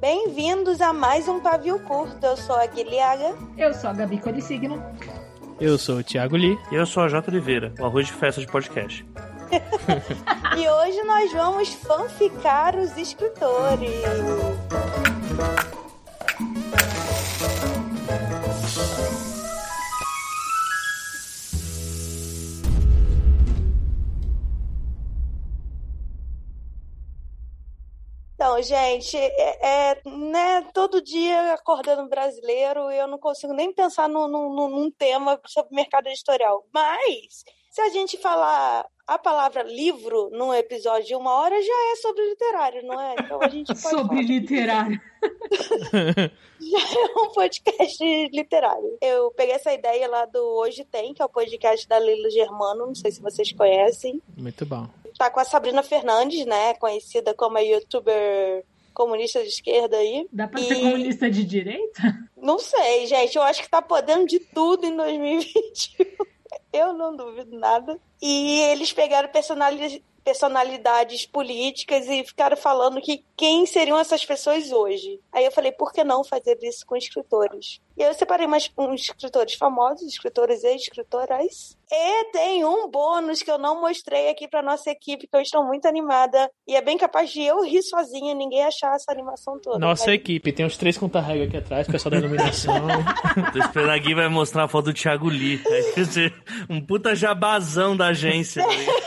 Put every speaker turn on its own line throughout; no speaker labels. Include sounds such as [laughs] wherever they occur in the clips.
Bem-vindos a mais um Pavio Curto. Eu sou a Guilhaga.
Eu sou a Gabi Colissigno.
Eu sou o Thiago Lee.
E eu sou a Jota Oliveira, o arroz de festa de podcast.
e hoje nós vamos fanficar os escritores. Então, gente, é, é, né, todo dia acordando brasileiro, eu não consigo nem pensar num, num, num tema sobre mercado editorial. Mas, se a gente falar a palavra livro num episódio de uma hora, já é sobre literário, não é? Então a gente pode
[laughs] Sobre
falar.
literário.
Já é [laughs] um podcast literário. Eu peguei essa ideia lá do Hoje Tem, que é o podcast da Leila Germano, não sei se vocês conhecem.
Muito bom.
Tá com a Sabrina Fernandes, né? Conhecida como a youtuber comunista de esquerda aí.
Dá pra
E-
ser comunista de direita?
Não sei, gente. Eu acho que tá podendo de tudo em 2021. [laughs] Eu não duvido nada. E eles pegaram personali- personalidades políticas e ficaram falando que quem seriam essas pessoas hoje. Aí eu falei, por que não fazer isso com escritores? E aí eu separei umas, uns escritores famosos, escritores e escritoras. E tem um bônus que eu não mostrei aqui pra nossa equipe, que eu estou muito animada. E é bem capaz de eu rir sozinha e ninguém achar essa animação toda.
Nossa
Mas-
equipe, tem uns três contra-régua aqui atrás, pessoal da iluminação.
Tô esperando a Gui vai mostrar a foto do Thiago Lee. Aí você- Um puta jabazão da agência. tá ligado?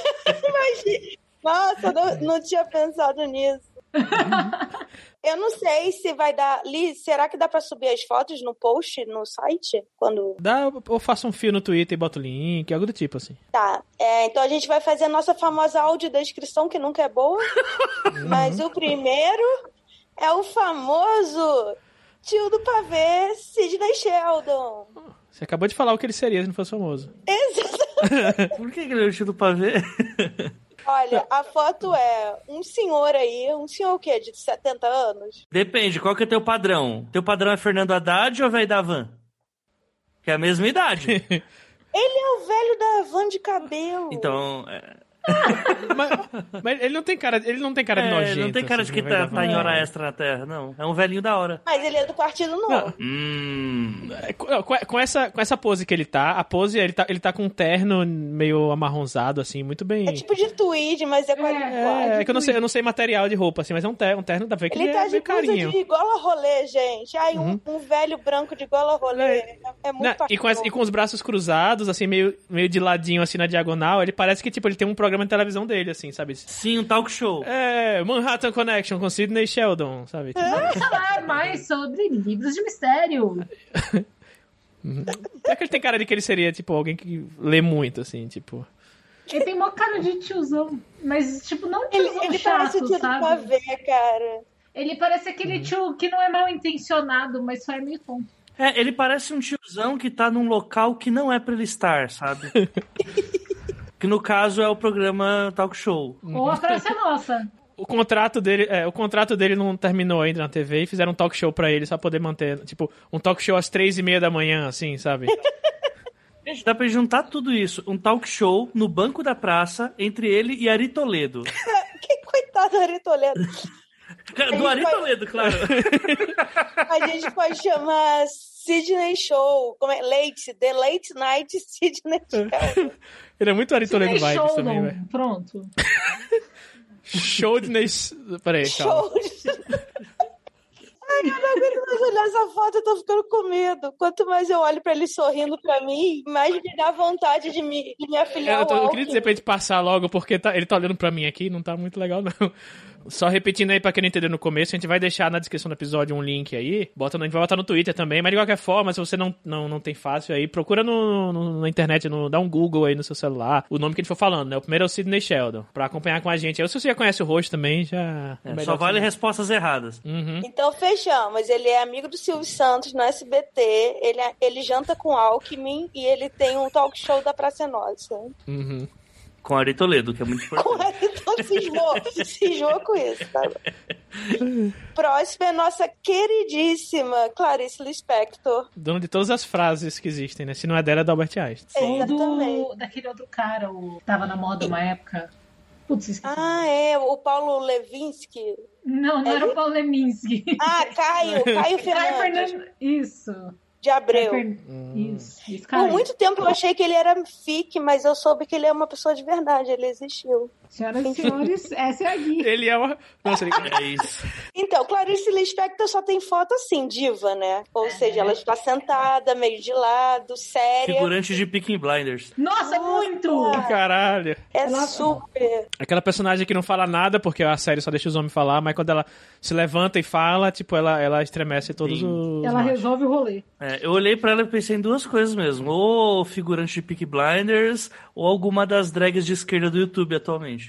Nossa, eu não, não tinha pensado nisso. Eu não sei se vai dar. Liz, será que dá pra subir as fotos no post, no site? Quando.
[laughs] Dá, eu faço um fio no Twitter e boto o link, algo do tipo assim.
Tá. É, então a gente vai fazer a nossa famosa audiodescrição, que nunca é boa. Mas o primeiro é o famoso tio do pavê, Sidney Sheldon.
Você acabou de falar o que ele seria se não fosse famoso.
Por que que ele é o tio do pavê?
Olha, a foto é um senhor aí, um senhor o quê? De 70 anos?
Depende, qual que é teu padrão? Teu padrão é Fernando Haddad ou velho da van? Que é a mesma idade.
Ele é o velho da van de cabelo.
Então, é,
mas, mas ele não tem cara, ele não tem cara de
é,
nojento.
não tem cara
assim,
de que
vai
tá,
dar
tá em
vontade.
hora extra na Terra, não. É um velhinho da hora.
Mas ele é do Partido Novo.
Não,
Hum.
É, com- não, Com, com essa, com essa pose que ele tá, a pose, ele tá, ele tá com um terno meio amarronzado, assim, muito bem...
É tipo de tweed, mas é quadriculado.
É, é que eu não sei, eu não sei material de roupa, assim, mas é um terno, um terno dá pra ver que
Ele
ele
tá
é
de
meio
blusa
carinho. Uhum.
de gola rolê, gente. Ai, um- um, velho branco de gola rolê. É, é muito
Né, e, com as- e com os braços cruzados, assim, meio, meio de ladinho, assim, na diagonal, ele parece que, tipo, ele tem um programa de televisão dele, assim, sabe?
Sim, um talk show.
É, Manhattan Connection com Sidney Sheldon, sabe? Tipo,
É. Falar mais sobre livros de mistério.
Será é que ele tem cara de que ele seria, tipo, alguém que lê muito, assim, tipo...
Ele tem mó cara de tiozão. Mas, tipo, não
Ele,
tiozão
ele
chato,
parece o tio do
sabe?
pavê, cara.
Ele parece aquele tio que não é mal intencionado, mas só é meio tonto.
É, ele parece um tiozão que tá num local que não é pra ele estar, sabe? que no caso é o programa talk show.
Ou a Praça é [laughs] Nossa.
O contrato dele, é, o contrato dele não terminou ainda na TV e fizeram um talk show pra ele só poder manter, tipo, um talk show às três e meia da manhã, assim, sabe?
Gente, dá pra juntar tudo isso. Um talk show no banco da praça entre ele e Ari Toledo.
Que coitado do Ari Toledo.
Do Ari
vai-
Toledo, claro.
A gente pode chamar Sidney Show. Como é? Late. The Late Night
[laughs]
Sidney Show.
Ele é muito Ari Toledo
Sidney
vibes também,
Sheldon.
velho.
Pronto.
Show de... Peraí, calma.
Show. Ai, eu não aguento mais olhar essa foto, eu tô ficando com medo. Quanto mais eu olho pra ele sorrindo pra mim, mais me dá vontade de me, de me afiliar
É, Eu, tô- eu
ao
queria dizer pra gente passar logo, porque tá- ele tá olhando pra mim aqui, não tá muito legal, não. [laughs] Só repetindo aí pra quem não entendeu no começo, a gente vai deixar na descrição do episódio um link aí. Bota, no- a gente vai botar no Twitter também, mas de qualquer forma, se você não, não, não tem fácil aí, procura no, no- na internet, no- dá um Google aí no seu celular, o nome que a gente for falando, né? O primeiro é o Sidney Sheldon, pra acompanhar com a gente. Aí se você já conhece o rosto também, já.
É,
melhor
só
que-
vale respostas erradas.
Uhum.
Então fechamos. Ele é amigo do Silvio Santos no SBT. Ele, é, ele janta com Alckmin e ele tem um talk show da Praça é Nossa.
Uhum.
Com Ari Toledo, que é muito importante.
Então cismou, cismou com isso. Tá? Próxima é nossa queridíssima Clarice Lispector.
Dono de todas as frases que existem, né? Se não é dela, é da Albert Einstein.
Ou
Exatamente.
do, daquele outro cara, o que tava na moda uma época. Putz, esqueci.
Ah, é, o Paulo Levinsky.
não, não era o Paulo Leminski. [laughs]
Ah, Caio, Caio
Caio
Fernandes
Fernandes- Isso.
de Abreu.
Caio Fern- Isso. Isso,
Por
Caio.
muito tempo eu achei que ele era fic, mas eu soube que ele é uma pessoa de verdade, ele existiu.
Senhoras e senhores, essa é a Gui.
Ele é uma. Nossa, ele...
É isso.
Então, Clarice Lispector só tem foto assim, diva, né?
É.
Ou seja, ela está sentada, meio de lado, séria.
Figurante de Picking Blinders.
Nossa, muito!
[laughs] Caralho.
É
Nossa.
super.
Aquela personagem que não fala nada, porque a série só deixa os homens falar, mas quando ela se levanta e fala, tipo, ela, ela estremece todos
Sim.
os.
Ela
machos.
resolve o rolê.
É, eu olhei pra ela e pensei em duas coisas mesmo. Ou figurante de Peaky Blinders, ou alguma das drags de esquerda do YouTube atualmente.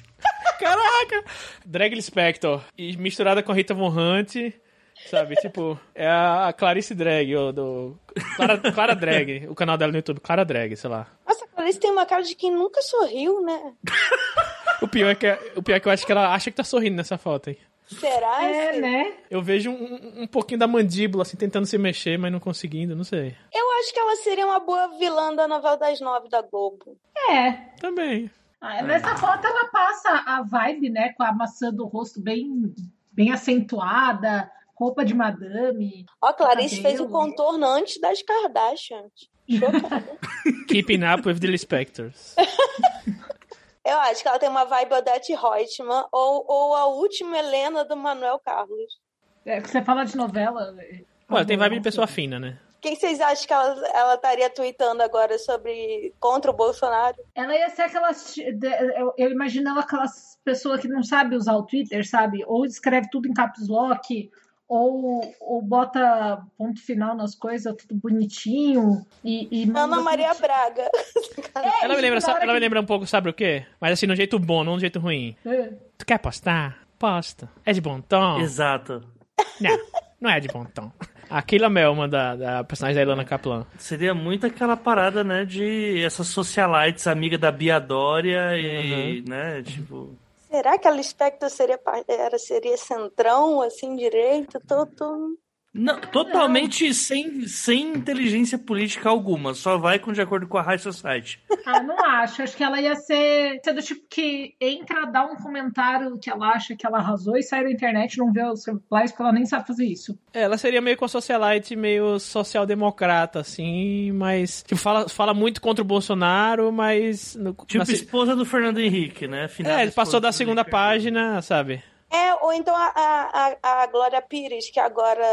Caraca! Drag Spector. E misturada com a Rita Von Hunt. Sabe, tipo, é a Clarice Drag, ou do. Clara, Clara Drag, o canal dela no YouTube, Clara Drag, sei lá.
Nossa, a Clarice tem uma cara de quem nunca sorriu, né?
O pior é que, o pior é que eu acho que ela acha que tá sorrindo nessa foto, hein?
Será?
É,
assim?
né?
Eu vejo um- um, um pouquinho da mandíbula, assim, tentando se mexer, mas não conseguindo, não sei.
Eu acho que ela seria uma boa vilã da novela das nove da Globo.
É.
Também.
Ah, Nessa foto ela passa a vibe, né? Com a maçã do rosto bem, bem acentuada, roupa de madame.
Ó, a Clarice
Cabelo.
fez o contorno antes das Kardashians. Chocada.
Keeping up with the Spectors.
Eu acho que ela tem uma vibe Odete Reutemann ou, ou a última Helena do Manuel Carlos.
É, que você fala de novela. é,
Olha, tem vibe de
amor.
pessoa fina, né?
Quem vocês acham que ela, ela estaria tweetando agora sobre contra o Bolsonaro?
Ela ia ser aquelas. Eu, eu imagino ela aquelas pessoas que não sabem usar o Twitter, sabe? Ou escreve tudo em caps lock, ou, ou bota ponto final nas coisas, tudo bonitinho. E, e
Ana
manda-
Maria Braga.
É,
Ela me
isso,
lembra,
na
sabe-
hora
ela me
que-
lembra um pouco, sabe o quê? Mas assim, no jeito bom, não no jeito ruim.
É.
Tu quer postar? Posta. É de bom tom?
Exato.
[laughs] Não, não é de bom tom. A Keila Melman, da, da personagem da Ilana Kaplan.
Seria muito aquela parada, né, de essas socialites, amiga da Bia Dória
Uhum.
e, né, tipo...
Será que a Lispector seria, pa- era, seria centrão, assim, direito? Tô, tô...
Não, totalmente Sem, sem inteligência política alguma, só vai com de acordo com a High Society.
Ah, não acho. Acho que ela ia ser, ser do tipo que entra, dá um comentário que ela acha que ela arrasou e sai da internet, não vê os replies, porque ela nem sabe fazer isso.
Ela seria meio com a socialite, meio social-democrata, assim, mas. Tipo, fala, fala muito contra o Bolsonaro, mas. no- na
Tipo,
se-
esposa do Fernando Henrique, né? Afinal,
é, ele passou da segunda página, sabe?
É, ou então a, a, a- a Glória Pires, que agora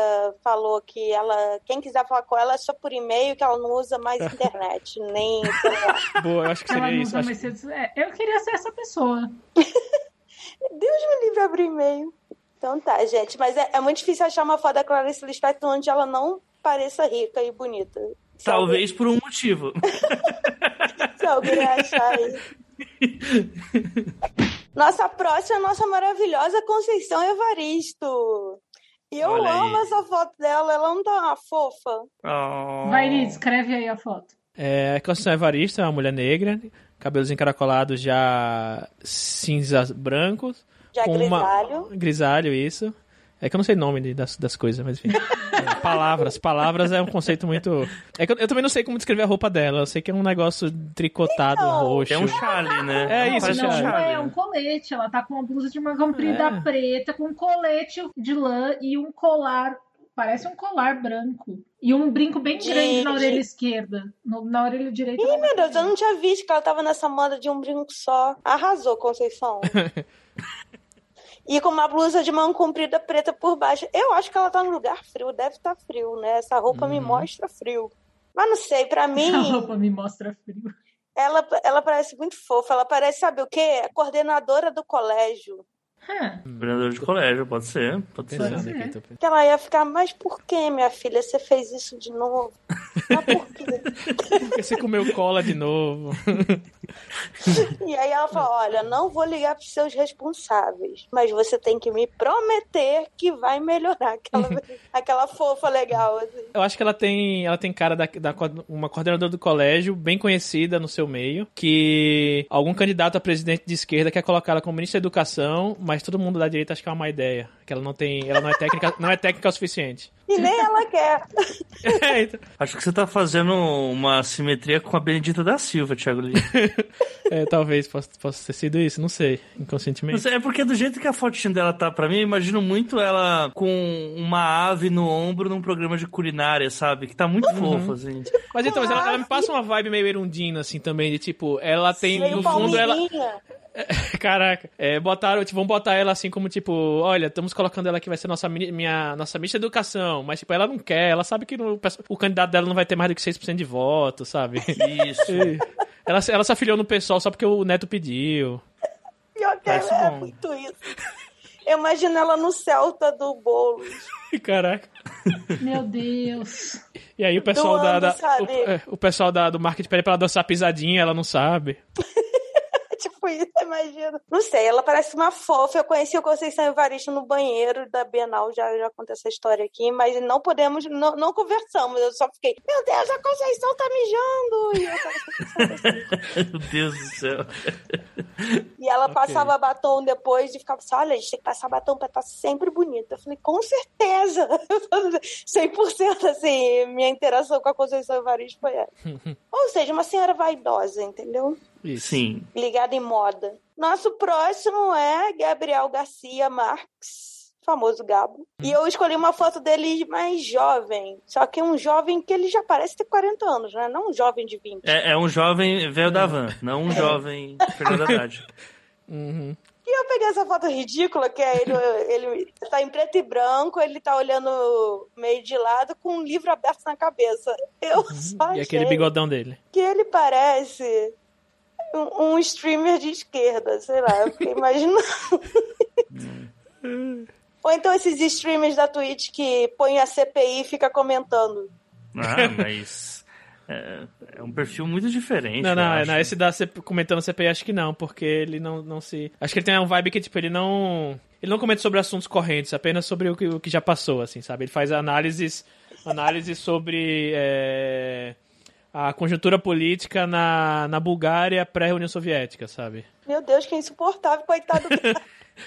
falou que ela, quem quiser falar com ela é só por e-mail, que ela não usa [laughs] mais internet, nem celular.
Boa, eu acho que
Ela
seria
não
isso.
usa
acho
mais redes- é, Eu queria ser essa pessoa.
Deus me livre abrir e-mail. Então tá, gente. Mas é, é muito difícil achar uma foto da Clarice Lispector onde ela não pareça rica e bonita. Se
Talvez por um
[laughs]
motivo.
alguém- se alguém achar aí. Nossa próxima é a nossa maravilhosa Conceição Evaristo. E eu
Olha aí.
amo essa foto dela. Ela não tá uma fofa.
Oh.
Vai, Liz, escreve aí a foto.
É, Conceição Evaristo é uma mulher negra, cabelos encaracolados já cinzas brancos.
Já
com uma-
é grisalho.
Grisalho, isso. É que eu não sei o nome de- das, das coisas, mas enfim. É, [laughs] palavras. Palavras é um conceito muito. É que eu, eu também não sei como descrever a roupa dela. Eu sei que é um negócio tricotado,
Então,
roxo.
É um Charlie, né?
É isso,
Parece
não,
um
Charlie.
não
Charlie.
é um colete. Ela tá com uma blusa de manga comprida
É.
preta, com um colete de lã e um colar. Parece um colar branco. E um brinco bem grande na
Gente.
orelha esquerda. No- na orelha direita. não.
Meu Deus, eu não tinha visto que ela tava nessa moda de um brinco só. Arrasou, Conceição. e com uma blusa de mão comprida preta por baixo. Eu acho que ela tá num lugar frio, deve estar frio, né? Essa roupa me mostra frio. Mas não sei, pra mim,
[laughs] A roupa me mostra frio.
ela, ela parece muito fofa. Ela parece, sabe o quê? A coordenadora do colégio.
Hã,
Vereador de colégio, pode ser. Pode ser.
Pensando
Pois é.
aqui, tô pensando.
Que ela ia ficar, mas por que, minha filha, você fez isso de novo? Mas por
[laughs]
quê? É.
Porque Você comeu cola de novo.
E aí ela fala: olha, não vou ligar pros seus responsáveis, mas você tem que me prometer que vai melhorar
[laughs]
aquela, aquela fofa legal. assim.
Eu acho que ela tem, ela tem cara da, da co- uma coordenadora do colégio, bem conhecida no seu meio, que algum candidato a presidente de esquerda quer colocar ela como ministra da educação, mas todo mundo da direita acha que é uma má ideia. Que ela não tem. Ela não é técnica, não é técnica o suficiente. [laughs]
E nem ela quer.
É, então-
Acho que você tá fazendo uma simetria com a Benedita da Silva, Thiago Lima.
é, talvez possa, possa ter sido isso, não sei. Inconscientemente.
Não sei, É porque do jeito que a fotinha dela tá pra mim, eu imagino muito ela com uma ave no ombro num programa de culinária, sabe? Que tá muito
Uhum.
fofo, assim.
Mas então, mas ela, ela me passa uma vibe meio erundina, assim, também, de tipo, ela tem,
Meio
no fundo, ela... [laughs]
palmeirinha.
Caraca, é, botaram, tipo, vamos botar ela assim como, tipo, olha, estamos colocando ela que vai ser nossa, mini- minha, nossa mista educação, mas, tipo, ela não quer, ela sabe que não- o candidato dela não vai ter mais do que 6% de voto, sabe?
Isso. [laughs]
E [laughs] ela, se- ela se afiliou no pessoal só porque o Neto pediu. [laughs]
Pior que
Parece
ela é
bom.
muito isso. Eu imagino ela no Celta do Boulos.
Caraca.
Meu Deus.
E aí o pessoal da...
Doando,
da-
sabe?
o, é, o pessoal da- do marketing pede pra ela dançar pisadinha, ela não sabe.
[laughs] tipo isso, imagina. Não sei, ela parece uma fofa. Eu conheci o Conceição Evaristo no banheiro da Bienal, já, já contei essa história aqui, mas não podemos, não, não conversamos. Eu só fiquei, meu Deus, a Conceição tá mijando. E, eu tava-
Meu Deus do céu.
E ela passava batom depois e ficava assim, olha, a gente tem que passar batom pra estar sempre bonita. Eu falei, com certeza. [laughs] 100% assim, minha interação com a Conceição Evaristo foi essa. Ou seja, uma senhora vaidosa, entendeu?
Isso.
Sim.
ligada em moda. Nosso próximo é Gabriel Garcia Marques, famoso Gabo. E eu escolhi uma foto dele mais jovem. Só que um jovem que ele já parece ter 40 anos, né? Não um jovem de 20.
É, é um jovem velho da van, não um jovem Fernando Haddad.
Uhum.
E eu peguei essa foto ridícula, que é ele, [laughs] ele tá em preto e branco, ele tá olhando meio de lado com um livro aberto na cabeça. Eu só
Uhum. E
achei
aquele bigodão dele.
que ele parece um, um streamer de esquerda, sei lá, eu fiquei imaginando.
[laughs]
Ou então esses streamers da Twitch que põem a CPI e fica comentando.
Ah, mas. É, é um perfil muito diferente.
Não, é,
eu
não,
acho.
não, esse da CP, comentando CPI, acho que não, porque ele não, não se. Acho que ele tem um vibe que, tipo, ele não. Ele não comenta sobre assuntos correntes, apenas sobre o que, o que já passou, assim, sabe? Ele faz análises, análises sobre é, a conjuntura política na, na Bulgária pré-União Soviética, sabe?
Meu Deus, que é insuportável, coitado.
[laughs]
do cara.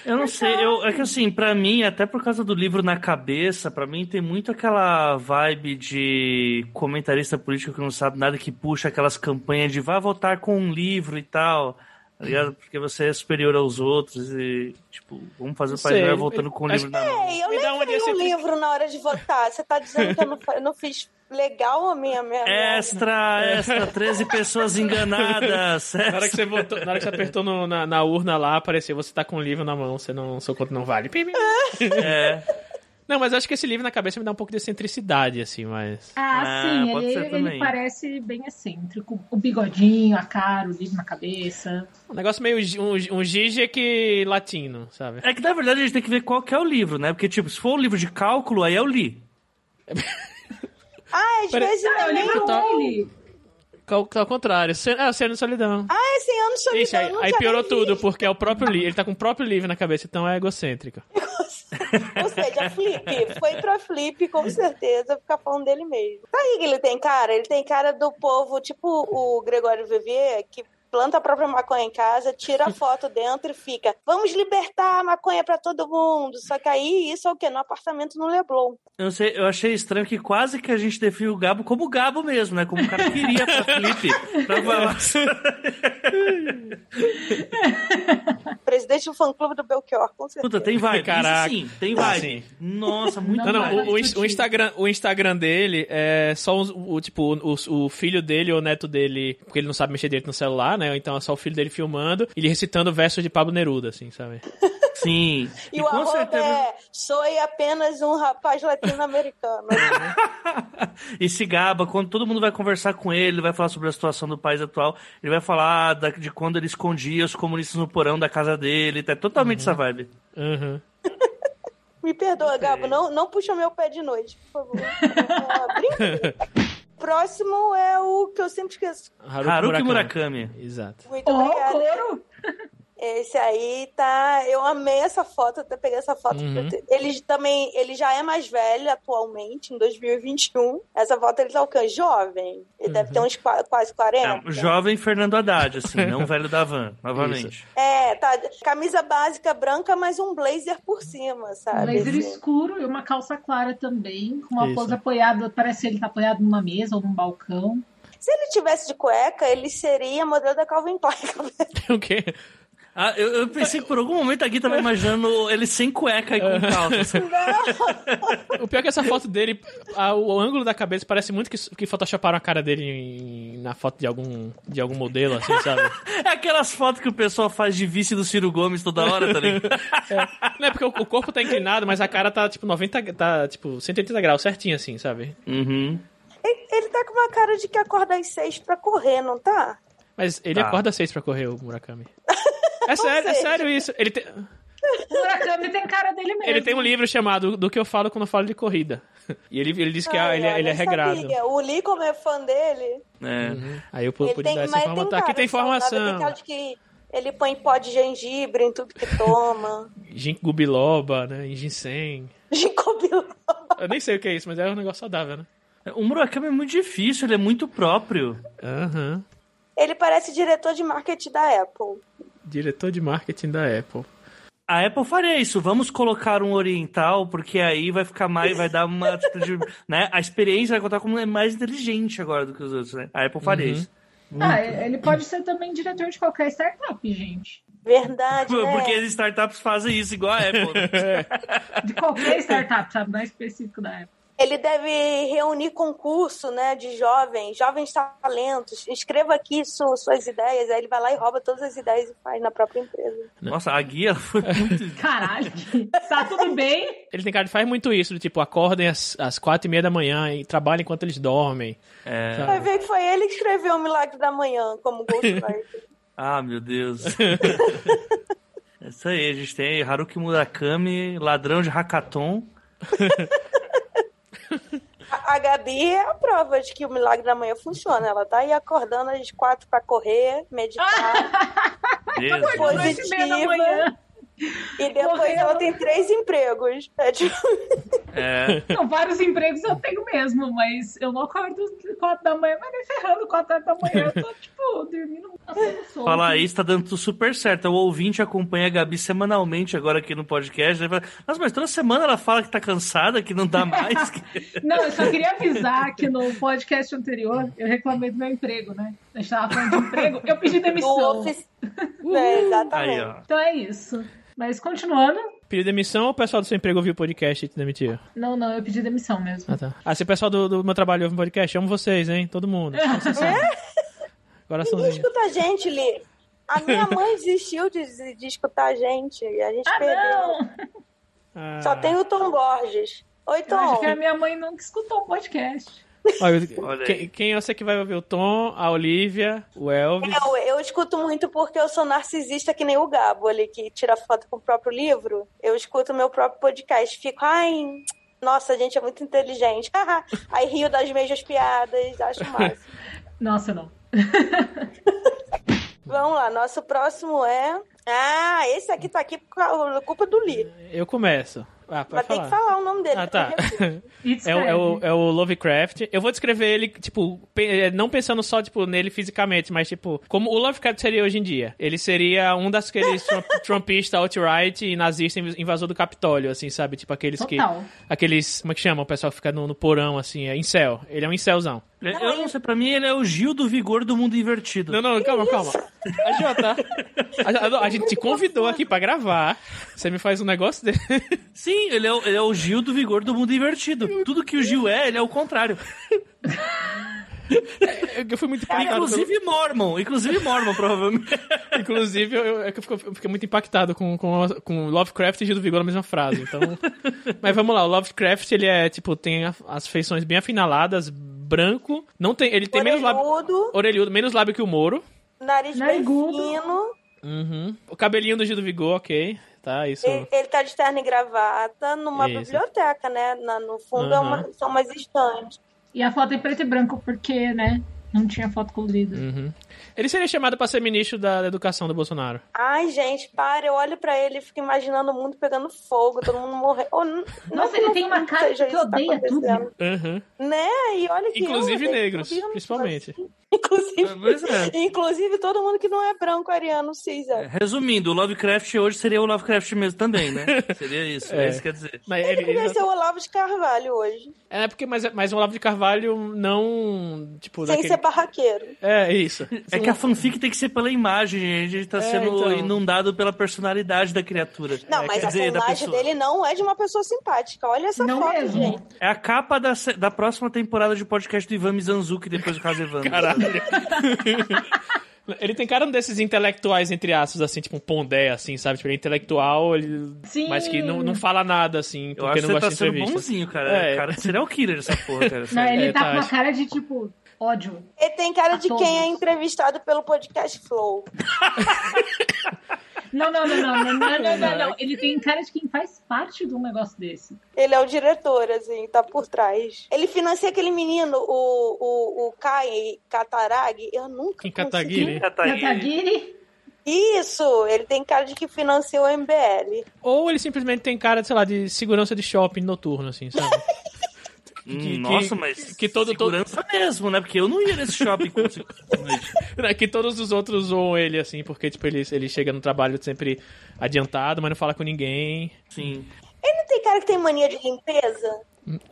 Eu não sei, eu, é que assim, pra mim, até por causa do livro na cabeça, pra mim tem muito aquela vibe de comentarista político que não sabe nada, que puxa aquelas campanhas de vá votar com um livro e tal, tá
Uhum.
ligado? Porque você é superior aos outros e, tipo, vamos fazer o
Não
Papai
sei,
Noel voltando com o
acho
livro na mão.
Ei, eu
Me dá uma
levei um
dessa aqui.
livro na hora de votar. Você tá dizendo que eu não, fa- eu não fiz legal a minha minha-
É,
minha-
Extra, extra, 13 pessoas enganadas.
Na hora que você, votou, na hora que você apertou no- na, na urna lá, apareceu, você tá com o livro na mão, você não, seu conto não vale. Pim, pim, pim.
É,
[laughs] Não, mas acho que esse livro na cabeça me dá um pouco de excentricidade, assim, mas.
Ah,
Ah,
sim,
pode
ele,
ser
ele
também.
parece bem excêntrico. O bigodinho, a cara, o livro na cabeça.
Um negócio meio gi- um, um Gijek latino, sabe?
é que na verdade a gente tem que ver qual que é o livro, né? Porque, tipo, se for um livro de cálculo, aí eu li.
Ah, às
Pera-
vezes
Ah,
eu
o
lembro.
livro
tá-
dele.
Ao, ao contrário, Sen- é o Senhor de Solidão.
Ah, esse ano solidão.
Ixi, aí,
eu não
aí
tinha
piorou
nem
tudo, porque é o próprio livro. Ele tá com o próprio livro na cabeça, então é egocêntrico.
Ou seja, Flip. Foi pra Flip, com certeza, ficar falando dele mesmo. Sabe o que ele tem cara? Ele tem cara do povo, tipo o Gregório Vivier, que planta a própria maconha em casa, tira a foto dentro e fica, vamos libertar a maconha pra todo mundo. Só que aí, isso é o quê? No apartamento no Leblon.
Eu, não sei, eu achei estranho que quase que a gente definiu o Gabo como Gabo mesmo, né? Como o cara queria pra Felipe.
[laughs] É.
Pra falar.
Presidente do fã-clube do Belchior, com certeza.
Puta, tem vibe.
Caraca.
Isso sim, tem
Ah,
vibe. Nossa,
É
muito
Não, não,
vibe.
o, o ins- o Instagram, o Instagram dele é só os- o, tipo, o, o filho dele ou o neto dele, porque ele não sabe mexer direito no celular, né? Então é só o filho dele filmando e ele recitando versos de Pablo Neruda, assim, sabe?
Sim.
E, o arroba é, sou apenas um rapaz latino-americano.
E se gaba, quando todo mundo vai conversar com ele, ele vai falar sobre a situação do país atual, ele vai falar da- de quando ele escondia os comunistas no porão da casa dele, tá totalmente essa vibe.
Uhum.
Me perdoa, Gabo, não, não puxa meu pé de noite, por favor. É, brincadeira. Próximo é o que eu sempre esqueço.
Haruki,
Haruki
Murakami.
Murakami.
Exato. [laughs]
Muito
Ó,
obrigada.
couro!
Esse aí tá. Eu amei essa foto, até peguei essa foto.
Uhum.
Ele também. Ele já é mais velho atualmente, em 2021. Essa foto ele tá o quê? Jovem. Ele deve ter uns qua- quase 40.
É, jovem Fernando Haddad, assim, não velho
[laughs]
da van, novamente.
É, tá. Camisa básica branca, mas um blazer por cima,
Um
sabe?
blazer
Assim.
escuro e uma calça clara também, com uma
Isso.
pose apoiada, parece que ele tá apoiado numa mesa ou num balcão.
Se ele tivesse de cueca, ele seria modelo da Calvin Klein. [laughs]
O quê?
Ah, eu, eu pensei que por algum momento aqui tava imaginando ele sem cueca e com calça.
O pior é que essa foto dele, a- o ângulo da cabeça parece muito que, que photoshoparam a cara dele em- na foto de algum, de algum modelo, assim, sabe?
É aquelas fotos que o pessoal faz de vice do Ciro Gomes toda hora, tá ligado?
Não é porque o, o corpo tá inclinado, mas a cara tá, tipo, 90... gra- Tá, tipo, 180 graus, certinho, assim, sabe?
Uhum.
Ele, ele tá com uma cara de que acorda às seis pra correr, não tá?
Mas ele
Tá.
acorda às seis pra correr, o
[laughs]
Murakami. É sério, é
seja-
sério isso. Ele tem,
O Murakami tem cara dele mesmo.
ele tem um livro chamado Do que eu falo quando eu falo de corrida. [laughs] E ele, ele diz que ah,
Ai,
ele, é-
olha,
ele é
eu
regrado.
sabia. O Lee, como é fã dele,
É.
Aí eu pude
ele tem,
dar essa
mas tem
informação.
cara
Aqui tem
de saudável, Tem cara
informação.
de que ele põe pó de gengibre em tudo que toma. [laughs]
Ginkgo biloba, né? e Ginseng.
Ginkgo biloba.
Eu nem sei o que é isso, mas é um negócio saudável, né?
O Murakami é muito difícil, ele é muito próprio.
Aham.
Ele parece diretor de marketing da Apple.
Diretor de marketing da Apple.
A Apple faria isso, vamos colocar um oriental, porque aí vai ficar mais, vai dar uma atitude, né? A experiência vai contar como é mais inteligente agora do que os outros, né? A Apple faria isso.
é.
Ah, ele pode ser também diretor de qualquer startup, gente.
[laughs]
Verdade, né?
Porque as startups fazem isso igual a Apple. né?
De
[laughs]
qualquer startup, sabe? Não é específico da época.
Ele deve reunir concurso, né, de jovens, jovens talentos. Escreva aqui su- suas ideias, aí ele vai lá e rouba todas as ideias e faz na própria empresa.
Nossa, a guia foi muito.
Caralho, [laughs] tá tudo bem?
Ele tem cara de faz muito isso, do tipo, acordem às, às quatro e meia da manhã e trabalhem enquanto eles dormem.
É.
sabe?
Vai ver que foi ele que escreveu o Milagre da Manhã como ghostwriter.
Ah, meu Deus. É isso aí, a gente tem Haruki Murakami, ladrão de hackathon.
A a Gabi é a prova de que o milagre da manhã funciona. Ela tá aí acordando às quatro pra correr, meditar.
Deus.
Pois
Deus.
Noite e meia da manhã.
e depois
Correu.
ela tem três empregos. É tipo,
É.
Não, vários empregos eu tenho mesmo, mas eu não acordo 4 da manhã, mas nem ferrando 4 horas da manhã. Eu tô, tipo, dormindo passando sono.
Falar isso tá dando tudo super certo. O ouvinte acompanha a Gabi semanalmente agora aqui no podcast. Ele fala, Nossa, mas toda semana ela fala que tá cansada, que não dá mais. que-"
Não, eu só queria avisar que no podcast anterior eu reclamei do meu emprego, né? A gente tava falando de emprego, eu pedi
do
demissão.
office. É,
Aí,
exatamente.
ó.
Então é isso. Mas continuando.
Pediu demissão ou o pessoal do seu emprego ouviu o podcast e te demitiu?
Não, não, eu pedi demissão mesmo.
Ah, tá. Ah, se o pessoal do, do meu trabalho ouve o podcast, amo vocês, hein? Todo mundo. Só vocês sabem.
Ninguém
Coraçãozinho.
escuta a gente, Li. A minha mãe desistiu de, de escutar a gente. E a gente
Ah,
perdeu.
não!
Ah.
Só tem o Tom Borges. Oi,
Eu
Tom.
acho que a minha mãe nunca escutou o podcast.
Olha,
Olha aí.
quem, quem eu sei que vai ouvir? O Tom, a Olivia, o Elvis.
Eu, eu escuto muito porque eu sou narcisista que nem o Gabo ali, que tira foto com o próprio livro. Eu escuto meu próprio podcast. Fico, ai, nossa, a gente é muito inteligente. [laughs] Aí rio das mesmas piadas, acho
[laughs]
massa.
Nossa, não.
Vamos lá, nosso próximo é... Ah, esse aqui tá aqui por causa- culpa do Lee.
Eu começo. Ah,
Mas
pode
tem que
falar.
falar o nome dele.
Ah, tá.
It's
É o, é, o,
Fred.
é o Lovecraft. Eu vou descrever ele, tipo, pe- eh, não pensando só, tipo, nele fisicamente, mas, tipo, como o Lovecraft seria hoje em dia. Ele seria um daqueles Trump, trumpista alt-right e nazista inv- invasor do Capitólio, assim, sabe? Tipo, aqueles
Total.
que... Aqueles... Como é que chama o pessoal que fica no, no porão, assim? É incel. Ele é um incelzão.
Eu não sei, pra mim ele é o Gil do Vigor do Mundo Invertido.
Não, não, calma, calma. A Jota, a, Jota, a gente te convidou aqui pra gravar. Você me faz um negócio dele.
Sim, ele é, o, ele é o Gil do Vigor do Mundo Invertido. Tudo que o Gil é, ele é o contrário.
[laughs] Eu fui muito impactado.
Inclusive Mormon, inclusive Mormon, provavelmente. [laughs]
pelo- inclusive eu, eu- é que eu fico- eu fiquei, muito impactado com, com, a- com Lovecraft e Gil do Vigor na mesma frase. Então... Mas vamos lá, o Lovecraft, ele é, tipo, tem a- as feições bem afinaladas, branco. Não tem, ele tem menos lábio.
Orelhudo,
Orelhudo, menos lábio que o Moro.
nariz bem
Narigudo.
fino.
Uhum. O cabelinho do Gil do Vigor, ok. Tá, isso.
Ele, ele tá de terno e gravata numa
Isso.
biblioteca, né? Na- no fundo é uma-
Aham.
são umas estantes.
E a foto é preto e branco, porque, né? Não tinha foto colorida.
Uhum. Ele seria chamado pra ser ministro da, da educação do Bolsonaro.
Ai, gente, para, eu olho pra ele e fico imaginando o mundo pegando fogo, todo mundo morrendo. Ou n-
Nossa,
não
ele
não
tem uma cara
seja
que
isso tá
odeia tudo.
acontecendo.
Uhum.
Né? E olha que eu
Inclusive
odeio
negros,
tudo, mas-
principalmente.
[laughs] Inclusive,
Pois é.
inclusive todo mundo que não é branco, ariano, cinza.
Resumindo, o Lovecraft hoje seria o Lovecraft mesmo também, né? Seria isso,
É.
é. isso que quer dizer.
Mas
Ele
ele-
podia ser o
tá-
Olavo de Carvalho hoje,
É porque, mas, mas o Olavo de Carvalho não. Tipo,
sem
daquele-
ser barraqueiro.
É, isso.
É que a fanfic tem que ser pela imagem, gente. A gente tá
É,
sendo
então.
inundado pela personalidade da criatura.
Não,
É,
mas
quer
a
dizer, da
personagem
pessoa.
dele não é de uma pessoa simpática. Olha essa
Não
foto,
mesmo.
gente.
É a capa da, se- da próxima temporada de podcast do Ivan Mizanzuki, depois do caso Evandro.
Caralho. [laughs] ele tem cara desses intelectuais, entre aspas, assim, tipo um pondé, assim, sabe? Tipo, ele é intelectual, ele-
Sim.
mas que não, não fala nada, assim,
Eu
porque
acho que
não
você
gosta
tá
de
sendo
entrevista.
bonzinho, cara.
É.
Cara, de serial killer essa porra, cara.
Não,
sério.
ele
É,
tá com
tá,
uma
acho.
cara de tipo ódio.
Ele tem cara
A
de
todos.
quem é entrevistado pelo podcast Flow.
Não, não, não, não, não, não, não, não, não. Ele tem cara de quem faz parte de um negócio desse.
Ele é o diretor, assim, tá por trás. Ele financia aquele menino, o, o, o Kai Kataragi. Eu nunca
Kim
consegui.
Kataguiri.
Já tá aí.
Yatagiri,
Isso! Ele tem cara de que financiou o MBL.
Ou ele simplesmente tem cara, sei lá, de segurança de shopping noturno, assim, [laughs] sabe?
Hum,
que-
Nossa,
que-
mas
que todo- todo-
segurança mesmo, né? Porque eu não ia nesse shopping com segurança à noite.
É que todos os outros zoam ele, assim, porque, tipo, ele, ele chega no trabalho sempre adiantado, mas não fala com ninguém.
Sim.
Ele não tem cara que tem mania de limpeza?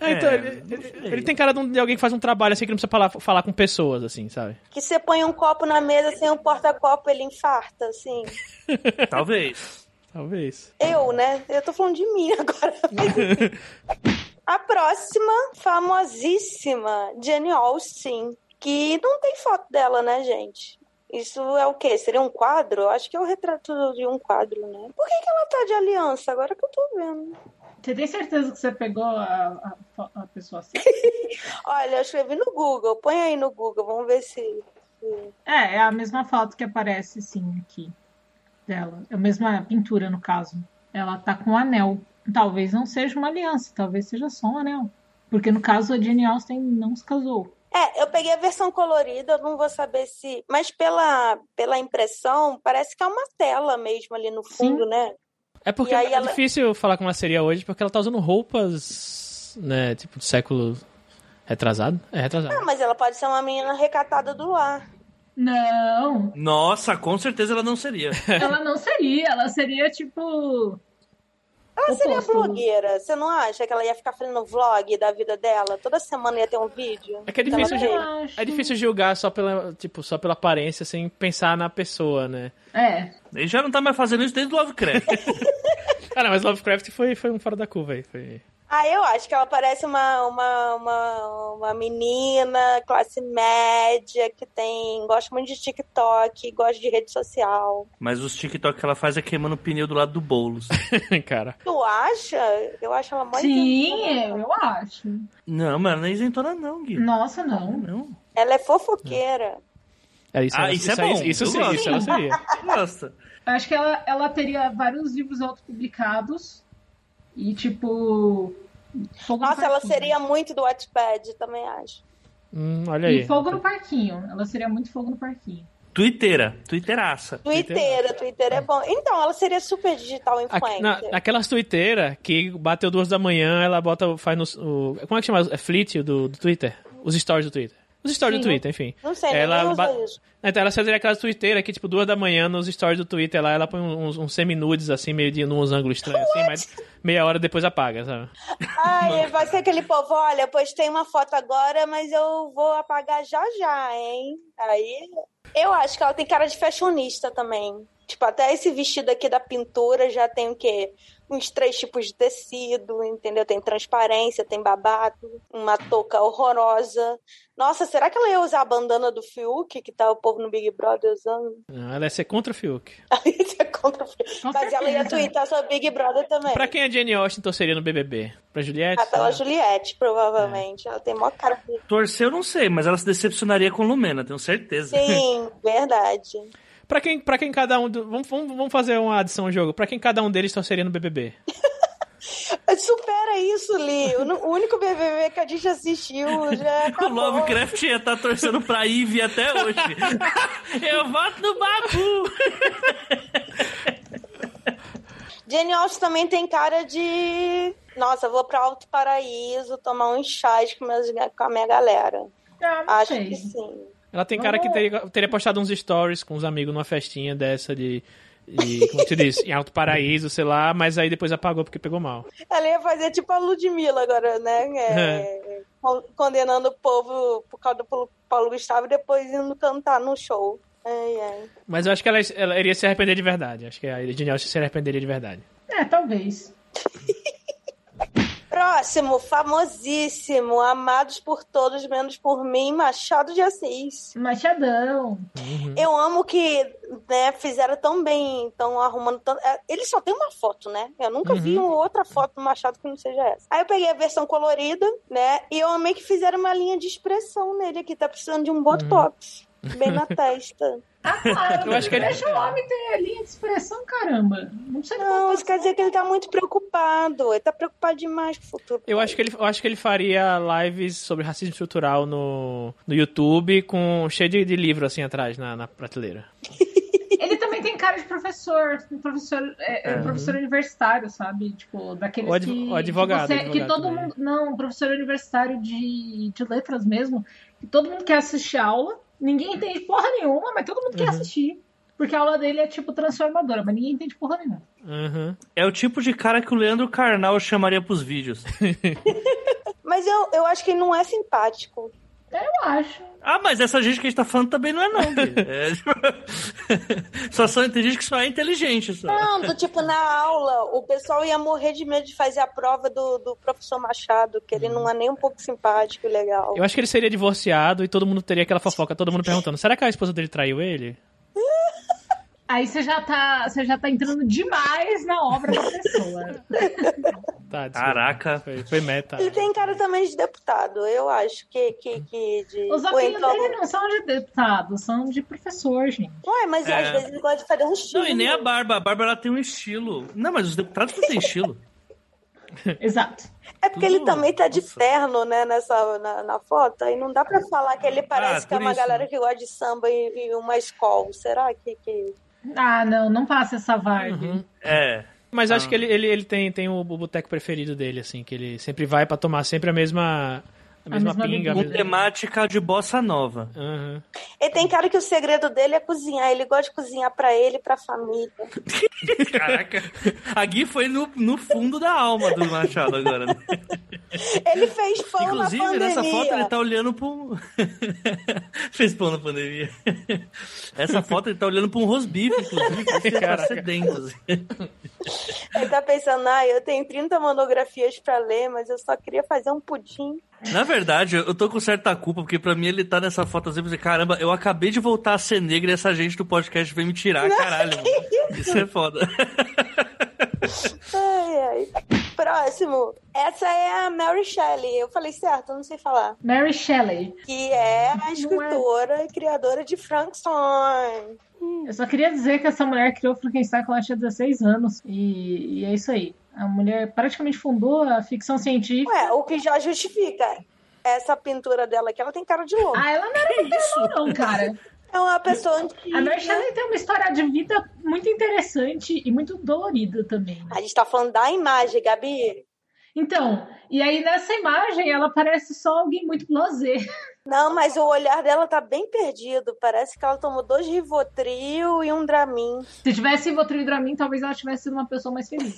Ah, então,
É,
ele,
não
ele-
sei.
ele tem cara de um- de alguém que faz um trabalho, assim, que não precisa falar, falar com pessoas, assim, sabe?
Que você põe um copo na mesa sem um porta-copo, ele infarta, assim.
Talvez.
Talvez.
Eu, né? Eu tô falando de mim [laughs] agora. A próxima, famosíssima, Jenny Austin, que não tem foto dela, né, gente? Isso é o quê? Seria um quadro? Eu acho que é o retrato de um quadro, né? Por que, que ela tá de aliança? Agora que eu tô vendo.
você tem certeza que você pegou a, a- a pessoa assim?
Olha, eu escrevi no Google. Põe aí no Google, vamos ver se.
É, é a mesma foto que aparece, sim, aqui dela. É a mesma pintura, no caso. Ela tá com um anel. Talvez não seja uma aliança, talvez seja só um anel. Porque no caso a Jane Austen não se casou.
É, eu peguei a versão colorida, eu não vou saber se. Mas pela, pela impressão, parece que é uma tela mesmo ali no fundo, né?
É porque
E aí
é
ela-
difícil falar com ela seria hoje, porque ela tá usando roupas, né, tipo, do século retrasado. É, retrasado.
Ah, mas ela pode ser uma menina recatada do lar.
[laughs]
Não,
Nossa, com certeza ela não seria.
ela não seria. Ela seria tipo.
Ela seria
oposto.
é
né?
blogueira, você não acha que ela ia ficar fazendo vlog da vida dela? Toda semana ia ter um vídeo?
É que é
dela
difícil,
mesma?
gente.
Eu acho.
É difícil julgar só pela, tipo, só pela aparência, sem pensar na pessoa, né?
É.
Ele já não tá mais fazendo isso desde o Lovecraft. [laughs]
Ah, não, mas Lovecraft foi, foi um fora da curva aí. Foi... [laughs]
Ah, eu acho que ela parece uma, uma, uma, uma menina classe média que tem. gosta muito de TikTok, gosta de rede social.
Mas os TikTok que ela faz é queimando o pneu do lado do Boulos.
Cara,
Tu acha? Eu acho ela mais.
Sim,
então,
eu acho.
Não, mas ela não é isentona não, Gui.
Nossa, não.
Não.
Ela é fofoqueira.
é isso.
Ah,
ela-
isso é
aí-
bom,
Isso,
eu
sim,
gosto.
isso ela seria.
Nossa.
Eu acho que ela, ela teria vários livros autopublicados. E tipo. Fogo no
Nossa, ela
Parquinho.
seria muito do Wattpad, também acho.
Hum, olha aí.
E fogo no parquinho. Ela seria muito fogo no parquinho.
Twittera. Twitteraça.
Twitter, Twitter é bom. Então, ela seria super digital
Aqui- na,
influencer.
naquelas twitteiras que bateu duas da manhã, ela bota, faz no. o- como é que chama? É fleet do, do Twitter? Os stories do Twitter. Os stories
Sim.
do Twitter, enfim.
Não sei,
Ela
ninguém usa
ba-
isso.
Então, ela fazia aquelas twitteiras que, tipo, duas da manhã nos stories do Twitter lá, ela põe um, uns, uns semi-nudes, assim, meio de uns ângulos estranhos, assim, mas meia hora depois apaga, sabe?
Ai, vai ser aquele povo, olha, postei uma foto agora, mas eu vou apagar já já, hein? Aí, eu acho que ela tem cara de fashionista também. Tipo, até esse vestido aqui da pintura já tem o quê? Uns três tipos de tecido, entendeu? Tem transparência, tem babado, uma touca horrorosa. Nossa, será que ela ia usar a bandana do Fiuk, que tá o povo no Big Brother usando? [laughs]
Não, Ela ia ser contra o Fiuk.
Aí você contra o Fiuk.
Com
Mas ela ia
certeza.
twittar sobre Big Brother também.
Pra quem é a Jenny Austin torceria então no BBB? Pra Juliette?
É. Ah, pela Juliette, provavelmente. Ela tem maior cara de
Torcer eu não sei, mas ela se decepcionaria com Lumena, tenho certeza.
Sim, verdade.
Pra quem, pra quem então cada um... do- Vamos, vamos, vamos fazer uma adição ao jogo. Pra quem cada um deles torceria no BBB?
[laughs] Supera isso, Lio. O único BBB que a gente assistiu já
[laughs] O
acabou.
Lovecraft ia estar torcendo pra Eve até hoje. Eu voto no Babu!
Jenny Austin também tem cara de... Nossa, eu vou pra Alto Paraíso tomar uns chás com, meus, com a minha galera.
Ah, não
Acho
sei.
que sim.
Ela tem cara que teria, teria postado uns stories com os amigos numa festinha dessa de. de como se diz? Em Alto Paraíso, sei lá, mas aí depois apagou porque pegou mal.
Ela ia fazer tipo a Ludmilla agora, né? É, con- Condenando o povo por causa do Paulo- Paulo Gustavo e depois indo cantar no show. Ai, ai.
Mas eu acho que ela, ela iria se arrepender de verdade. Acho que a Irene Austin se arrependeria de verdade.
É, talvez.
Próximo, famosíssimo, amados por todos, menos por mim, Machado de Assis. [laughs]
Machadão.
Eu amo que né, fizeram tão bem, estão arrumando tanto. é, Ele só tem uma foto, né? Eu nunca vi uma outra foto do Machado que não seja essa. Aí eu peguei a versão colorida, né? E eu amei que fizeram uma linha de expressão nele aqui. Tá precisando de um botox. Bem na testa.
Ah, claro,
Eu acho que
é
ele-
deixa o homem ter a linha de expressão, caramba. Não sei
Não, isso quer dizer que ele tá muito preocupado. Ele tá preocupado demais com o futuro.
Eu acho que ele, eu acho que ele faria lives sobre racismo estrutural no, no YouTube, com cheio de, de livro assim atrás na, na prateleira.
Ele também tem cara de professor, professor, é, é, professor universitário, sabe? Tipo, daqueles
Ou adv-
que,
ou advogado,
que,
advogado
que todo
também.
mundo, não, professor universitário de, de letras mesmo, que todo mundo quer assistir a aula, ninguém entende porra nenhuma, mas todo mundo
Uhum.
quer assistir, porque a aula dele é tipo transformadora, mas ninguém entende porra nenhuma.
Uhum.
É o tipo de cara que o Leandro Carnal chamaria pros vídeos.
Mas eu, eu acho que ele não é simpático.
Eu acho.
Ah, mas essa gente que a gente tá falando também não é não, Gui. É, tipo, [laughs] só são, tem gente que só é inteligente. Só.
Não, do tipo, na aula, o pessoal ia morrer de medo de fazer a prova do, do professor Machado, que ele não é nem um pouco simpático e legal.
Eu acho que ele seria divorciado e todo mundo teria aquela fofoca, todo mundo perguntando: será que a esposa dele traiu ele?
Aí você já tá, você já tá entrando demais na obra da
[laughs]
pessoa.
Tá, desculpa.
Caraca.
Foi, foi meta.
Ele tem cara também de deputado, eu acho que, que, que de.
Os
ou
apelidos
então-
dele não são de deputado, são de professor,
[laughs]
gente.
Ué, mas
É.
às vezes ele gosta de fazer um
Não,
estilo.
e nem a Barba. A Barba ela tem um estilo. Não, mas os deputados não têm estilo.
Exato.
É porque ele
Tudo-
também tá de
Nossa.
terno, né, nessa, na, na foto, aí não dá pra falar que ele parece que é
Ah, por
uma
isso,
galera
né?
que gosta de samba e, e uma escola. Será que. que...
Ah, não, não passa essa vibe.
[laughs] É.
Uhum. Mas acho que ele, ele, ele tem, tem o boteco preferido dele, assim, que ele sempre vai pra tomar sempre a mesma, a mesma,
mesma
pinga. a
Com
bebida.
mesma- Uhum.
temática É. de bossa nova.
Aham.
Ele tem cara que o segredo dele é cozinhar, ele gosta de cozinhar pra ele e pra
[laughs]
família.
Caraca. A Gui foi no, no fundo da alma do Machado agora. né?
Ele fez pão na
Inclusive,
pandemia.
nessa foto ele tá olhando pra um. [laughs] Fez pão na pandemia. Essa foto ele tá olhando pra um rosbife, inclusive, que ele tá
Caraca.
sedento. assim.
Ele tá pensando, ah, eu tenho 30 monografias pra ler, mas eu só queria fazer um pudim.
Na verdade, eu tô com certa culpa, porque pra mim ele tá nessa foto assim, assim, caramba, eu acabei de voltar a ser negra e essa gente do podcast veio me tirar, caralho. mano. Isso é foda.
Ai, ai. Próximo. Essa é a Mary Shelley. Eu falei certo, eu não sei falar.
Mary Shelley.
Que é a escritora e criadora de Frankenstein.
Eu só queria dizer que essa mulher criou o Frankenstein quando ela tinha 16 anos. E, e é isso aí. A mulher praticamente fundou a ficção científica.
Ué, o que já justifica essa pintura dela aqui. Ela tem cara de louca.
Ah, ela não era isso, não, cara.
É uma pessoa antiga.
A Mary Shelley tem uma história de vida muito interessante e muito dolorida também.
A gente tá falando da imagem, Gabi.
Então, e aí nessa imagem ela parece só alguém muito blasé.
Não, mas o olhar dela tá bem perdido. Parece que ela tomou dois Rivotril e um Dramin.
Se tivesse Rivotril e Dramin, talvez ela tivesse sido uma pessoa mais feliz.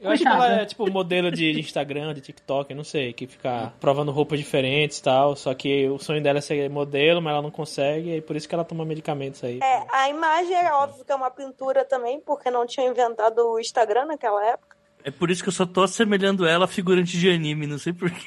Eu acho que ela
Coitada.
é tipo modelo de de Instagram, de TikTok, não sei, que fica provando roupas diferentes e tal. Só que o sonho dela é ser modelo, mas ela não consegue, e por isso que ela toma medicamentos aí.
É, a imagem é
Então.
óbvio que é uma pintura também, porque não tinha inventado o Instagram naquela época.
É por isso que eu só tô assemelhando ela a figurante de anime, não sei porquê.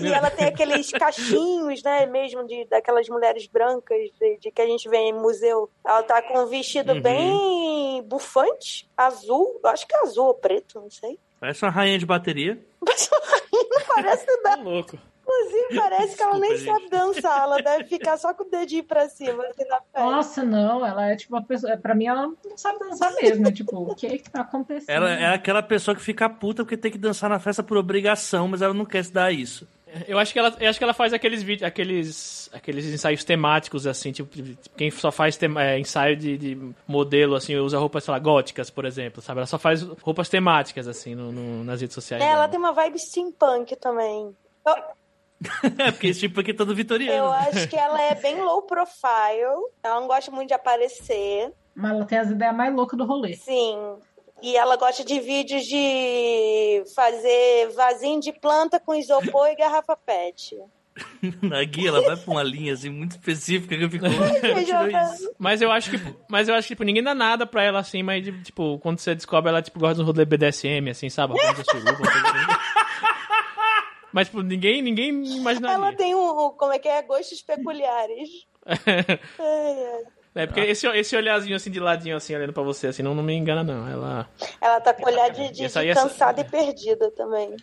E ela tem
[laughs]
aqueles cachinhos, né, mesmo de, daquelas mulheres brancas de, de que a gente vê em museu. Ela tá com um vestido
Uhum.
bem bufante, azul, eu acho que é azul ou preto, não sei.
Parece uma rainha de bateria.
Mas não parece
Tá
nada.
louco.
Inclusive, parece que ela nem
Desculpa,
sabe dançar. Ela deve ficar só com o dedinho pra cima, assim, na perna.
Nossa, não, ela é tipo uma pessoa. Pra mim, ela não sabe dançar mesmo. É tipo, o que é que tá acontecendo?
Ela é aquela pessoa que fica puta porque tem que dançar na festa por obrigação, mas ela não quer se dar a isso. [laughs]
Eu acho que ela, eu acho que ela faz aqueles vídeos, aqueles, aqueles ensaios temáticos, assim, tipo, de- de- quem só faz tema- é, ensaio de, de modelo, assim, usa roupas, sei lá, góticas, por exemplo, sabe? Ela só faz roupas temáticas, assim, no, no- nas redes sociais.
É, ela
dela.
tem uma vibe steampunk também. Eu-
É, porque esse tipo aqui é todo vitoriano.
Eu acho que ela é bem low profile. Ela não gosta muito de aparecer.
Mas ela tem as ideias mais loucas do rolê.
Sim. E ela gosta de vídeos de fazer vasinho de planta com isopor e garrafa pet.
[laughs] Na guia, ela vai pra uma linha assim muito específica que
[laughs]
eu fico. "Tirou isso."
Mas eu acho que, mas eu acho que, tipo, ninguém dá nada pra ela, assim, mas, de- tipo, quando você descobre, ela, tipo, gosta de um rolê BDSM, assim, sabe? Ela usa suruba, uma coisa assim. Mas, tipo, ninguém, ninguém imaginaria.
Ela tem um, como é que é, gostos peculiares. Ai, ai.
É, porque esse, esse olhazinho, assim, de ladinho, assim, olhando pra você, assim, não, não me engana, não. Ela...
Ela tá com olhar de, de-
Essa aí,
de
essa-
cansada e perdida também.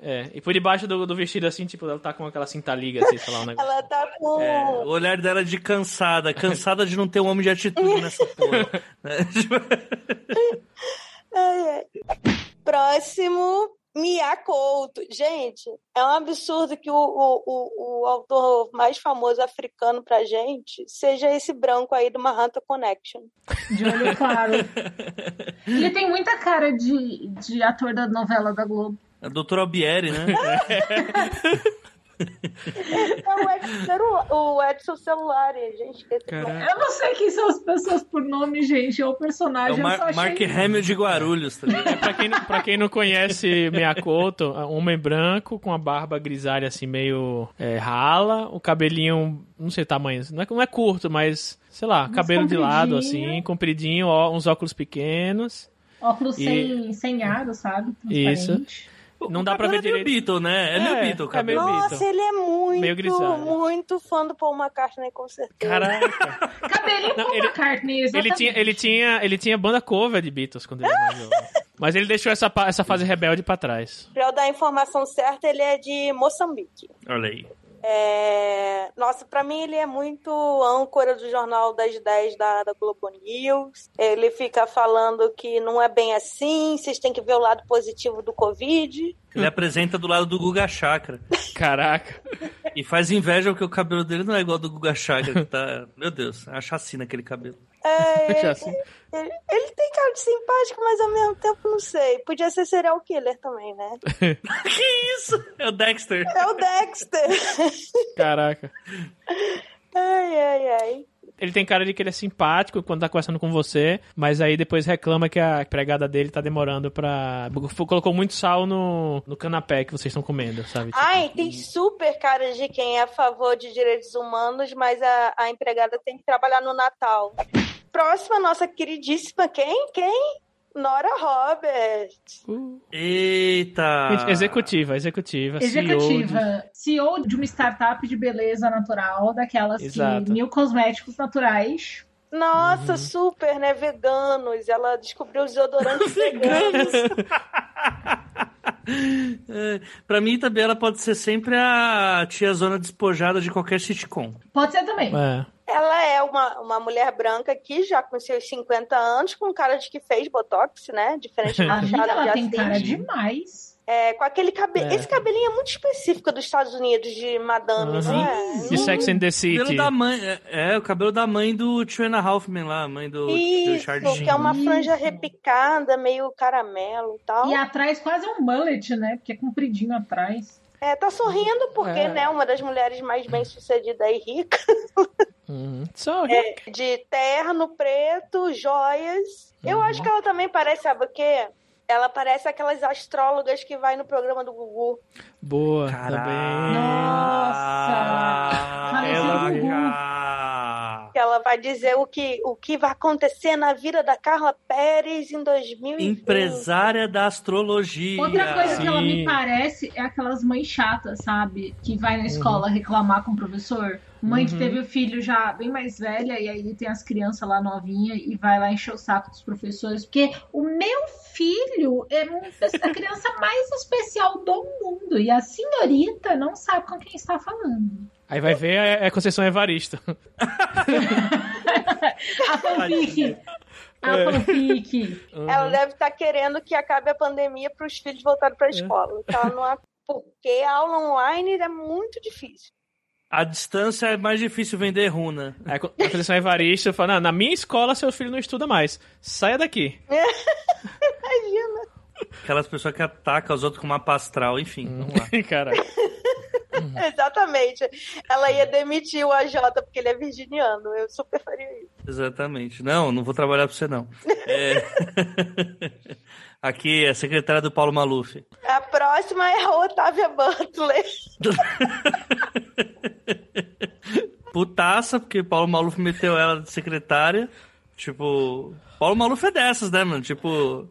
É, e por debaixo do, do vestido, assim, tipo, ela tá com aquela cintaliga, assim, sei lá, um negócio.
Ela tá com.
É, o olhar dela é de cansada, cansada de não ter um homem de
[laughs]
atitude nessa porra. né? [laughs] Tipo,
Ai, ai. Próximo, Mia Couto. Gente, é um absurdo que o, o, o, o autor mais famoso africano pra gente seja esse branco aí do Mahanta Connection.
De olho claro. Ele tem muita cara de, de ator da novela da Globo.
A doutora
[laughs]
Albieri, né?
É o Edson, o Edson Celulari, gente. Esse
Caraca.
Eu não sei quem são as pessoas por nome, gente, ou
É
personagem.
o Mar-
eu só achei...
Mark Hamill de Guarulhos, tá ligado?
É, Pra quem, não- pra quem não conhece Miyakoto, é um homem branco com a barba grisalha, assim, meio é, rala, o cabelinho, não sei o tamanho, não é, não é curto, mas, sei lá,
Mas
cabelo de lado,
compridinho.
assim, compridinho, ó, uns óculos pequenos.
Óculos
E-
sem, sem aro, sabe?
Isso.
Transparente.
Não dá pra ver
É meio
direito.
Beatle, né? É, meio
É,
Beatle,
é
cara.
meio Beatle.
Nossa, ele é
Meio grisalho.
muito, muito fã do Paul McCartney, com certeza.
Caraca.
Cabelinho
Não,
com
ele-
McCartney,
Ele
exatamente.
tinha, ele, tinha, ele tinha banda cover de Beatles quando ele era mais jovem. Mas ele deixou essa, pa- essa fase rebelde pra trás.
Pra eu dar a informação certa, ele é de Moçambique.
Olha aí.
É, Nossa, pra mim ele é muito âncora do Jornal das 10 da, da Globo News. Ele fica falando que não é bem assim, vocês têm que ver o lado positivo do Covid.
Ele apresenta do lado do Guga Chakra.
Caraca.
E faz inveja porque o cabelo dele não é igual ao do Guga Chakra, que tá. Meu Deus, é uma chacina aquele cabelo.
É,
Já
ele,
assim.
ele- ele tem cara de simpático, mas ao mesmo tempo não sei. Podia ser serial killer também, né?
Que isso? É o Dexter.
É o Dexter.
Caraca.
Ai, ai, ai.
Ele tem cara de que ele é simpático quando tá conversando com você, mas aí depois reclama que a pregada dele tá demorando pra. Colocou muito sal no, no canapé que vocês estão comendo, sabe? Tipo,
Ai,
é
tem super cara de quem é a favor de direitos humanos, mas a, a empregada tem que trabalhar no Natal. Próxima, nossa queridíssima, quem? Quem? Nora Roberts.
uh.
Eita!
Gente, Executiva, executiva, CEO. de-
Executiva, CEO de... uma startup de beleza natural, daquelas
Exato.
que mil cosméticos naturais. Uhum.
Nossa, super, né? Veganos. Ela descobriu os
[laughs]
desodorantes veganos.
[laughs] É, pra mim também ela pode ser sempre a tia zona despojada de qualquer sitcom.
Pode ser também.
É.
Ela é uma, uma mulher branca aqui, já com seus 50 anos, com cara de que fez botox, né? Diferente do
[laughs] A vida
Machado de
ela tem
Assis.
cara demais.
É, com aquele cabelo.
É.
Esse cabelinho é muito específico dos Estados Unidos, de madame,
Uhum.
não é?
De Sex and the
O cabelo
City.
da mãe. É, é, o cabelo da mãe do Two and a Halfman lá, a mãe do, do
Isso,
Chardinho.
que é uma
Isso.
franja repicada, meio caramelo e tal.
E atrás quase um mullet, né? Porque é compridinho atrás.
É, tá sorrindo porque,
É.
né, uma das mulheres mais bem-sucedida e rica,
Uhum. Só
de terno preto, joias. Eu acho
Uhum.
que ela também parece, sabe o quê? Ela parece aquelas astrólogas que vai no programa do Gugu.
boa
Caraca!
também.
Nossa! Parecia o Gugu.
Caraca!
Que ela ela vai dizer o que, o que vai acontecer na vida da Carla Pérez em 2020.
Empresária da astrologia.
Outra coisa que ela
Sim.
me parece é aquelas mães chatas, sabe? Que vai na escola reclamar com o professor. Mãe que
Uhum.
teve o filho já bem mais velha e aí tem as crianças lá novinha e vai lá encher o saco dos professores. Porque o meu filho é um- a criança [laughs] mais especial do mundo e a senhorita não sabe com quem está falando.
Aí vai ver, é, é Conceição Evaristo.
A fanfic! A
É.
fanfic!
[laughs]
Uhum.
Ela deve estar querendo que acabe a pandemia para os filhos voltarem
Uhum.
para a escola. Então, ela
[laughs]
não é... Porque a aula online é muito difícil.
A distância é mais difícil vender runa.
Uhum. Aí con- a Conceição Evaristo fala, "Não, na minha escola seu filho não estuda mais, saia daqui.
Aquelas pessoas que atacam os outros com uma pastral, enfim.
Hum.
Vamos lá.
[laughs] Cara, Uhum.
Exatamente. Ela ia demitir o AJ porque ele é virginiano. Eu super faria isso.
é Exatamente. Não, não vou trabalhar pra você, não.
[laughs]
É. [laughs] Aqui é a secretária do Paulo Maluf.
A próxima é a Otávia Butler.
Putaça, porque Paulo Maluf meteu ela de secretária. Tipo, Paulo Maluf é dessas, né, mano? Tipo,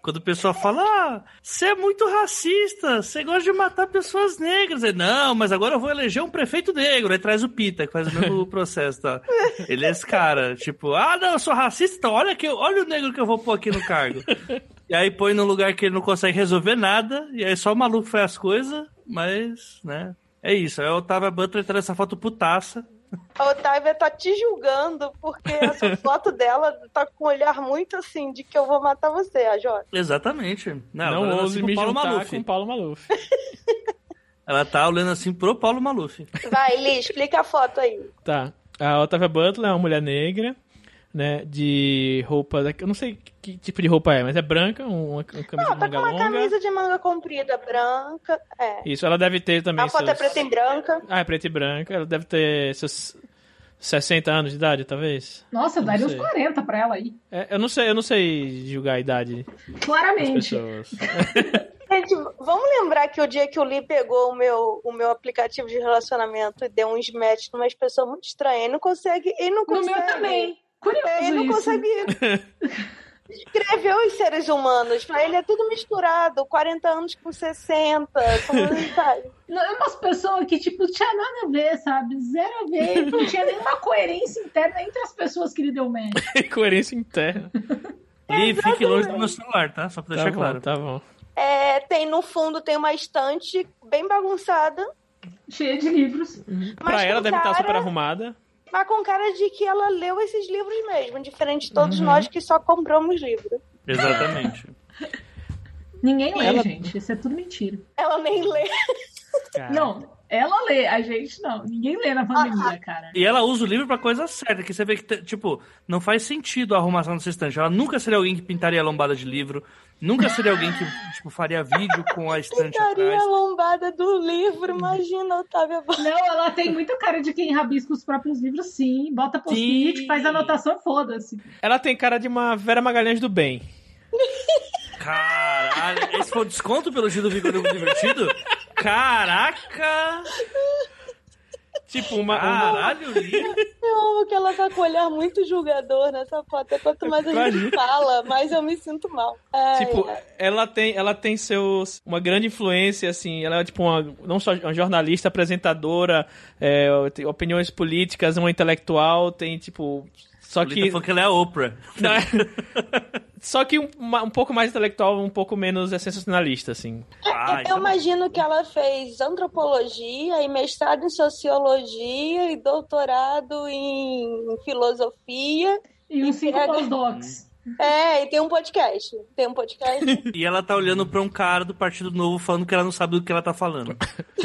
quando o pessoal fala, ah, você é muito racista, você gosta de matar pessoas negras. Aí, não, mas agora eu vou eleger um prefeito negro. Aí traz o Pita, que faz o mesmo processo, tá? Ele é esse cara, tipo, ah, não, eu sou racista, então olha, que, eu- olha o negro que eu vou pôr aqui no cargo. E aí põe num lugar que ele não consegue resolver nada, e aí só o maluco faz as coisas, mas, né, é isso. Aí o Otávio Butler traz essa foto putaça.
A Otávia tá te julgando porque
[laughs]
essa foto dela tá com um olhar muito assim de que eu vou matar você, AJ.
Exatamente. Não,
não,
ela tá
ouse
assim
me
pro Paulo
juntar
Maluf.
com Paulo Maluf.
Ela tá olhando assim pro Paulo Maluf.
Vai, Li, explica a foto aí.
Tá. A Otávia Butler é uma mulher negra, né? De roupa. da- Eu não sei que tipo de roupa é, mas é branca, uma, uma camisa
Não, tá
manga
com uma
longa.
camisa de manga comprida branca. É.
Isso, ela deve ter também.
A foto é
seus-
preta e branca.
Ah, é preta e branca. Ela deve ter seus 60 anos de idade, talvez.
Nossa, eu daria uns
sei.
40 pra ela aí.
É, eu não sei, eu não sei julgar a idade das
Claramente.
pessoas. [laughs]
Gente, É, vamos lembrar que o dia que o Li pegou o meu, o meu aplicativo de relacionamento e deu um smash numa pessoa muito estranha. Ele não consegue. Ele não
No
consegue.
meu também. Curioso
É, ele não
isso.
[laughs]
consegue descrever os seres humanos. Pra ele é tudo misturado. 40 anos com 60.
[laughs]
como ele sabe?
Não, é umas pessoas que, tipo, tinha nada a ver, sabe? Zero a ver. Não tinha nenhuma coerência interna entre as pessoas que lhe deu match.
Coerência interna.
E fique longe do meu celular, tá? Só pra
Tá
deixar
bom,
claro.
tá bom.
É, tem no fundo tem uma estante bem bagunçada.
Cheia de livros.
Mas
pra ela
com
deve estar super
cara-
arrumada.
Mas com cara de que ela leu esses livros mesmo, diferente de
Uhum.
todos nós que só compramos livro.
Exatamente.
Ninguém lê,
Ela-
gente. Isso é tudo mentira.
Ela nem lê.
Cara,
Não, ela lê, a gente não. Ninguém lê na pandemia, cara.
E ela usa o livro pra coisa certa, que você vê que, te- tipo, não faz sentido a arrumação dessa estante. Ela nunca seria alguém que pintaria a lombada de livro, nunca seria alguém que, tipo, faria vídeo com a estante
Pintaria
atrás.
a lombada do livro, imagina, Otávia.
Não, ela tem muito cara de quem rabisca os próprios livros, sim. Bota
Sim.
post-it, faz anotação, foda-se.
Ela tem cara de uma Vera Magalhães do bem.
Caralho, esse foi o desconto pelo Gil do Vigor do Divertido?
[laughs]
Caraca!
Tipo, uma. uma...
Caralho, livro!
Eu amo que ela tá com um olhar muito julgador nessa foto. é Quanto mais a gente fala, mais eu me sinto mal. Ai,
Tipo,
ai.
ela tem, ela tem seus uma grande influência assim, ela é tipo uma não só uma jornalista, apresentadora, é, tem opiniões políticas, uma intelectual, tem tipo só
O Lita
que
falou que ela é a Oprah.
não é- só que um, uma- um pouco mais intelectual, um pouco menos é, sensacionalista assim.
Ah,
eu
então-
imagino que ela fez antropologia e mestrado em sociologia e doutorado em filosofia.
E os cinco
pega-
pós-docs.
É, e tem um podcast. Tem um podcast.
E ela tá olhando pra um cara do Partido Novo falando que ela não sabe do que ela tá falando. [laughs]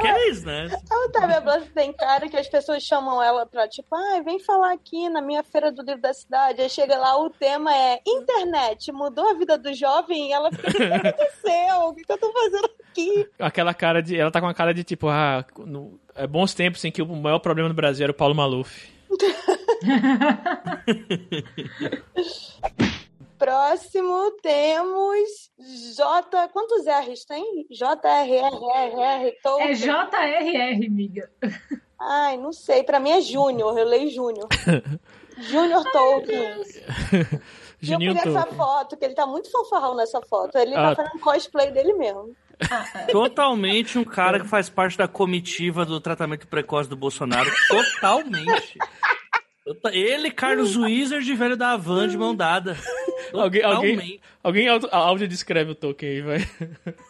que é isso, né?
A Otávia Blas tem cara que as pessoas chamam ela pra, tipo, ai, vem falar aqui na minha feira do livro da cidade. Aí chega lá, o tema é internet, mudou a vida do jovem e ela fica, o que aconteceu? O que que eu tô fazendo aqui?
Aquela cara de, ela tá com uma cara de tipo, ah, no- é bons tempos em que o maior problema do Brasil era o Paulo Maluf.
Próximo temos J. Quantos R's tem? J, R, R, R, R.
É
Tolkien.
JRR, miga.
Ai, não sei. Pra mim é Júnior. Eu leio Júnior. Júnior Tolkien. E eu
Juninho
queria essa
Tolkien.
foto, que ele tá muito fofarrão nessa foto. Ele
Ah.
tá fazendo cosplay dele mesmo.
Totalmente um cara que faz parte da comitiva do tratamento precoce do Bolsonaro. Totalmente. Tota- Ele, Carlos Wizard, velho da Havan, de mão dada.
Alguém, alguém,
Totalmente.
alguém auto- áudio descreve o Tolkien aí, vai.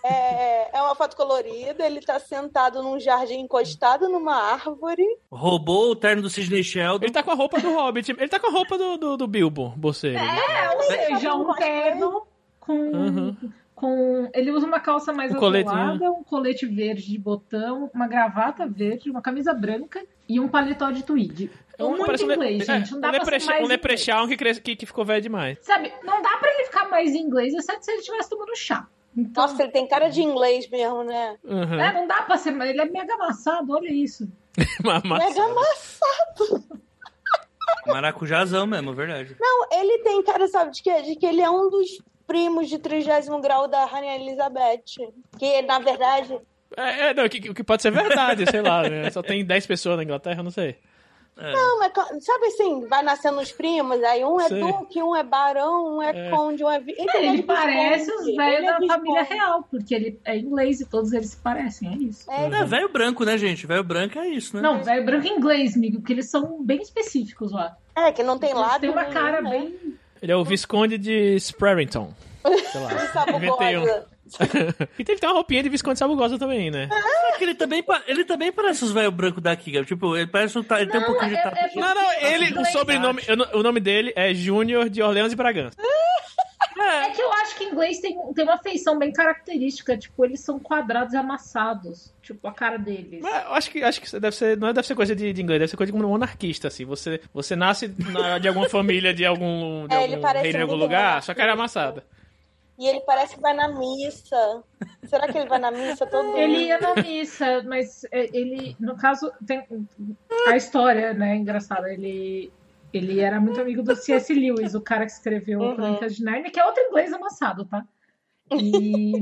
É, é uma foto colorida, ele tá sentado num jardim encostado numa árvore.
Roubou o terno do Sidney Sheldon.
Ele tá com a roupa do Hobbit. Ele tá com a roupa do, do, do Bilbo, né? você.
Ou seja, um
Cosplay.
terno com,
Uhum.
com. Ele usa uma calça mais
Um colete,
azulada, um colete verde de botão, uma gravata verde, uma camisa branca e um paletó de tweed. É Muito inglês, gente. Não dá
É um
pra ser
leprecha-
mais
um leprechaun que, cres- que, que ficou velho demais.
Sabe, não dá pra ele ficar mais inglês, exceto se ele estivesse tomando chá. Então,
Nossa, ele tem cara de inglês mesmo, né?
Uhum.
né, não dá pra ser. Ele é mega amassado, olha isso.
[laughs] Mas- mas-
Mega massa.
Maracujazão mesmo, verdade.
Não, ele tem cara, sabe de quê? De que ele é um dos primos de 30 grau da Rainha Elizabeth. Que, na verdade,
É, é, não, o que, o que pode ser verdade, sei lá, né? Só tem 10 pessoas na Inglaterra, eu não sei.
não, é, co- sabe assim, vai nascendo os primos, aí um é
Sei.
duque, um é barão, um é,
É.
conde, um é... vi-
Ele,
é de
parece
Visconde,
os
ele
velhos
é
da
Visconde.
família real, porque ele é inglês e todos eles se parecem, é isso.
É,
É, velho branco, né, gente? Velho branco é isso, né?
Não, velho branco é inglês, amigo, porque eles são bem específicos lá.
É, que não tem
Eles
lado.
têm uma
nenhum,
cara
né?
bem
Ele é o Visconde de Sprerington. Sei lá.
[laughs]
De
Inventei um.
sabugosa.
e tem que ter uma roupinha de Visconde Sabugosa também, né?
É que ele também, pa- ele também parece os velho branco daqui, Gabi. Tipo, ele parece um ta- ele tem um pouquinho de
é-
tapa.
é-
Não, não, ele, o
né?
Inglês,
sobrenome, eu não- o nome dele é Júnior de Orleans e Bragança.
É que eu acho que inglês tem, um, tem uma feição bem característica, tipo, eles são quadrados e amassados, tipo, a cara deles.
Mas eu acho que, acho que isso deve ser, não é- deve ser coisa de, de inglês, deve ser coisa de um monarquista, assim. Você, você nasce na- de alguma família, de algum, de
É, ele
algum
parece
reino, em algum
muito
lugar,
monarquista.
sua cara é amassada.
E ele parece que vai na missa. Será que ele vai na missa todo
Ele ia [laughs] na missa, mas é, ele, no caso, tem a história, né, engraçada, ele... Ele era muito amigo do C.S. Lewis, o cara que escreveu
Uhum.
Crônicas de Narnia, que é outro inglês amassado, tá? E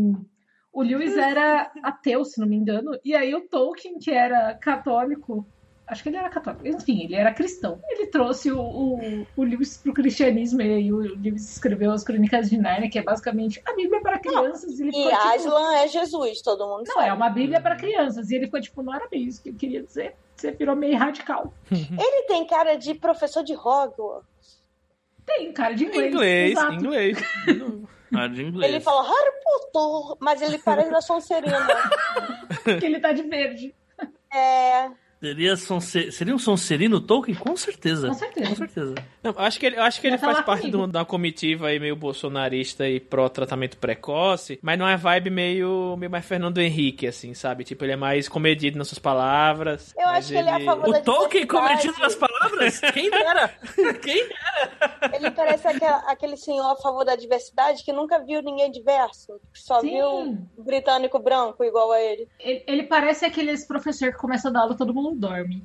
o Lewis era ateu, se não me engano, e aí o Tolkien, que era católico, acho que ele era católico, enfim, ele era cristão. Ele trouxe o, o, o Lewis pro cristianismo, e aí o Lewis escreveu as Crônicas de Narnia, que é basicamente a Bíblia para crianças. e ele
E
ficou, tipo,
Aslan é Jesus, todo mundo
não,
sabe.
é uma Bíblia
Uhum.
para crianças. E ele ficou tipo, não era bem isso que eu queria dizer. Você virou meio radical.
Ele tem cara de professor de Hogwarts.
Tem, um cara, de inglês.
Inglês,
exato.
inglês.
Ah, de inglês.
Ele fala Harry Potter, mas ele parece da Sonserina.
[laughs] Porque ele tá de verde.
é,
Seria, sonse... Seria um Sonserino Tolkien? Com certeza.
Com certeza.
Com certeza.
Não, acho que ele, eu acho que ele
Vai falar
faz parte
comigo.
do- da comitiva aí meio bolsonarista e pró-tratamento precoce, mas não é vibe meio, meio mais Fernando Henrique, assim, sabe? Tipo, ele é mais comedido nas suas palavras.
Eu
mas
acho que ele é a favor da
O Tolkien
diversidade.
cometido nas
[laughs]
palavras? Quem dera? Quem dera?
Ele parece aquela- aquele senhor a favor da diversidade que nunca viu ninguém diverso. que Só
Sim.
viu um britânico branco igual a ele.
Ele, ele parece aqueles professor que começa a dar aula todo mundo dorme.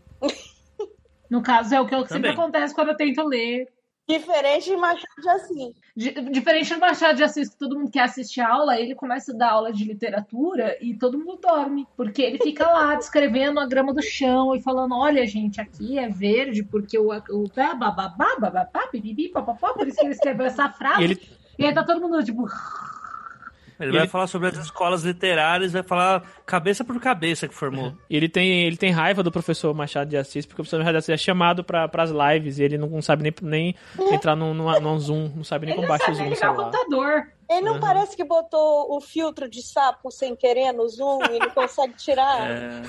No caso, é o que eu- sempre
Também.
acontece quando eu tento ler.
Diferente de Machado de assim. Assis.
Di- Diferente do Machado de Assis, que todo mundo quer assistir a aula, ele começa a dar aula de literatura e todo mundo dorme. Porque ele fica lá [laughs] descrevendo a grama do chão e falando: olha, gente, aqui é verde, porque o. o bababá, bababá, bibibi, papapá, por isso que ele escreveu essa frase.
E ele-
E aí tá todo mundo tipo.
Ele
Ele-
vai falar sobre as escolas literárias, vai falar cabeça por cabeça que formou.
E ele tem, ele tem raiva do professor Machado de Assis, porque o professor Machado de Assis é chamado pra, pras lives e ele não, sabe nem, nem entrar num, num, num Zoom, não sabe nem
Ele
como
não
baixa o
sabe
Zoom
nem
no
ligar o
celular.
computador.
Ele não parece que botou o filtro de sapo sem querer no zoom e não consegue
É.
tirar.
É.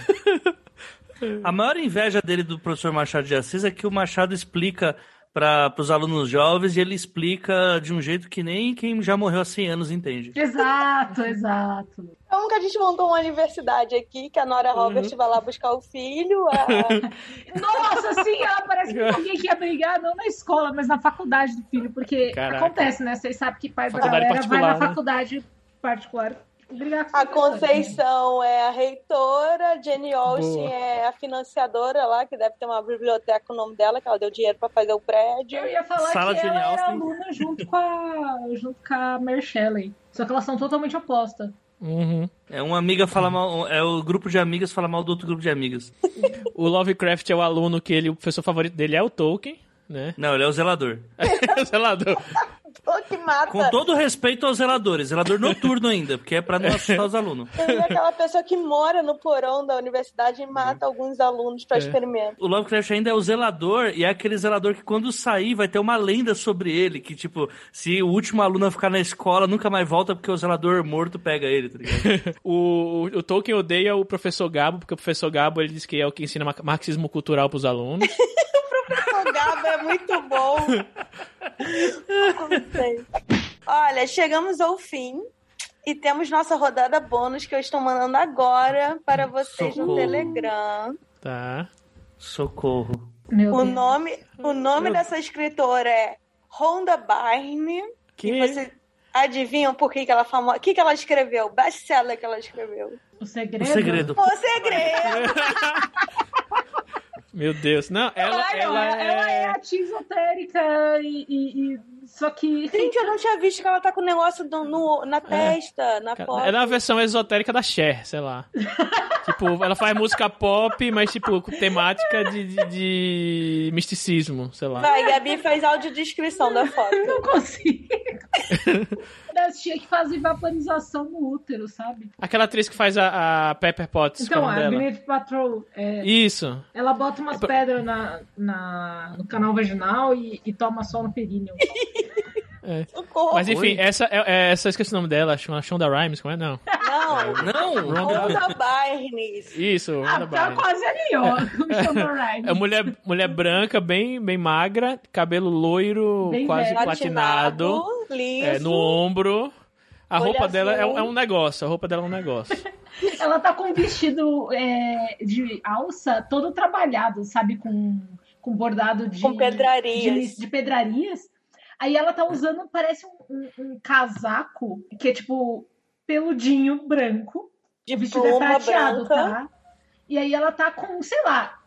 A maior inveja dele do professor Machado de Assis é que o Machado explica para os alunos jovens e ele explica de um jeito que nem quem já morreu há 100 anos entende.
Exato, exato.
Como Então, que a gente montou uma universidade aqui, que a Nora Roberts vai lá buscar o filho. a-
Nossa, sim, ela parece que alguém que ia brigar, não na escola, mas na faculdade do filho, porque
Caraca.
acontece, né? Vocês sabem que pai da
Faculdade
galera vai na
particular, né?
faculdade particular brigar com
A,
professor.
Conceição é a reitora, a Jenny Olsen
Boa.
é a financiadora lá, que deve ter uma biblioteca com o nome dela, que ela deu dinheiro pra fazer o prédio.
Eu ia falar
Sala
que
de
ela
aula
era
tem-
aluna junto com a, junto com a Mary Shelley. Só que elas são totalmente opostas.
Uhum.
É uma amiga fala mal, é o grupo de amigas fala mal do outro grupo de amigas.
O Lovecraft é o aluno que ele, o professor favorito dele é o Tolkien,
[laughs]
né? [laughs]
Não, ele é o zelador.
Sei lá, do-
Pô, que mata.
[laughs] Com todo respeito aos zeladores, zelador noturno ainda, porque é pra não assustar os alunos.
Ele é aquela pessoa que mora no porão da universidade e mata alguns alunos para
É.
experimento.
O Lovecraft ainda é o zelador, e é aquele zelador que quando sair vai ter uma lenda sobre ele, que tipo, se o último aluno ficar na escola, nunca mais volta porque o zelador morto pega ele, tá ligado?
O, o- o Tolkien odeia o professor Gabo, porque o professor Gabo ele diz que é o que ensina ma- marxismo cultural pros alunos. [laughs]
O Gabo é muito bom. Não sei. Olha, chegamos ao fim e temos nossa rodada bônus que eu estou mandando agora para vocês no
Socorro.
Telegram.
Tá.
Socorro.
Meu
O
Deus.
nome, o nome dessa escritora é Rhonda Byrne.
Que
E vocês adivinham por que, que ela é famosa? O que, que ela escreveu? Best-seller que ela escreveu.
O segredo?
O Um segredo.
O segredo!
Meu Deus. Não, ela,
Ela, ela,
ela
é...
é.
a tia esotérica e, e- e- Só que. [laughs]
Gente, eu não tinha visto que ela tá com o negócio do- no- na testa, na foto.
Ela é uma versão esotérica da Cher,
[laughs]
sei lá. tipo, ela faz música pop, mas tipo, com temática de, de, de misticismo, sei lá.
Vai, Gabi faz audiodescrição da
Eu
foto.
não consigo. das tia que fazem vaporização no útero, sabe?
Aquela atriz que faz a, a Pepper Potts,
Então,
qual é o
a
nome dela?
Gwyneth Patrol, é,
Isso.
ela bota umas
É pra-
pedras na, na- no canal vaginal e, e toma sol no
[laughs]
períneo.
é.
Socorro.
Mas enfim,
Oi.
essa, é, é, essa eu esqueci o nome dela, Shon- Shonda Rhimes, como é? Não.
Não, um
Não!
Rhonda Byrne.
Isso,
ah,
Shonda
tá
Rhimes.
quase ali, ó. [laughs] O Shonda Rhimes.
É mulher, mulher branca, bem, bem magra, cabelo loiro,
Bem
quase
velho.
platinado,
um liso.
é, no ombro. A
Olho
roupa dela é,
azul.
um- é um negócio, a roupa dela é um negócio.
Ela tá com um vestido é, de alça todo trabalhado, sabe? Com, com bordado de.
Com pedrarias.
De, de pedrarias. Aí ela tá usando, parece um, um- um casaco, que é tipo peludinho branco.
De
o vestido é
pluma
prateado,
branca.
tá? E aí ela tá com, sei lá,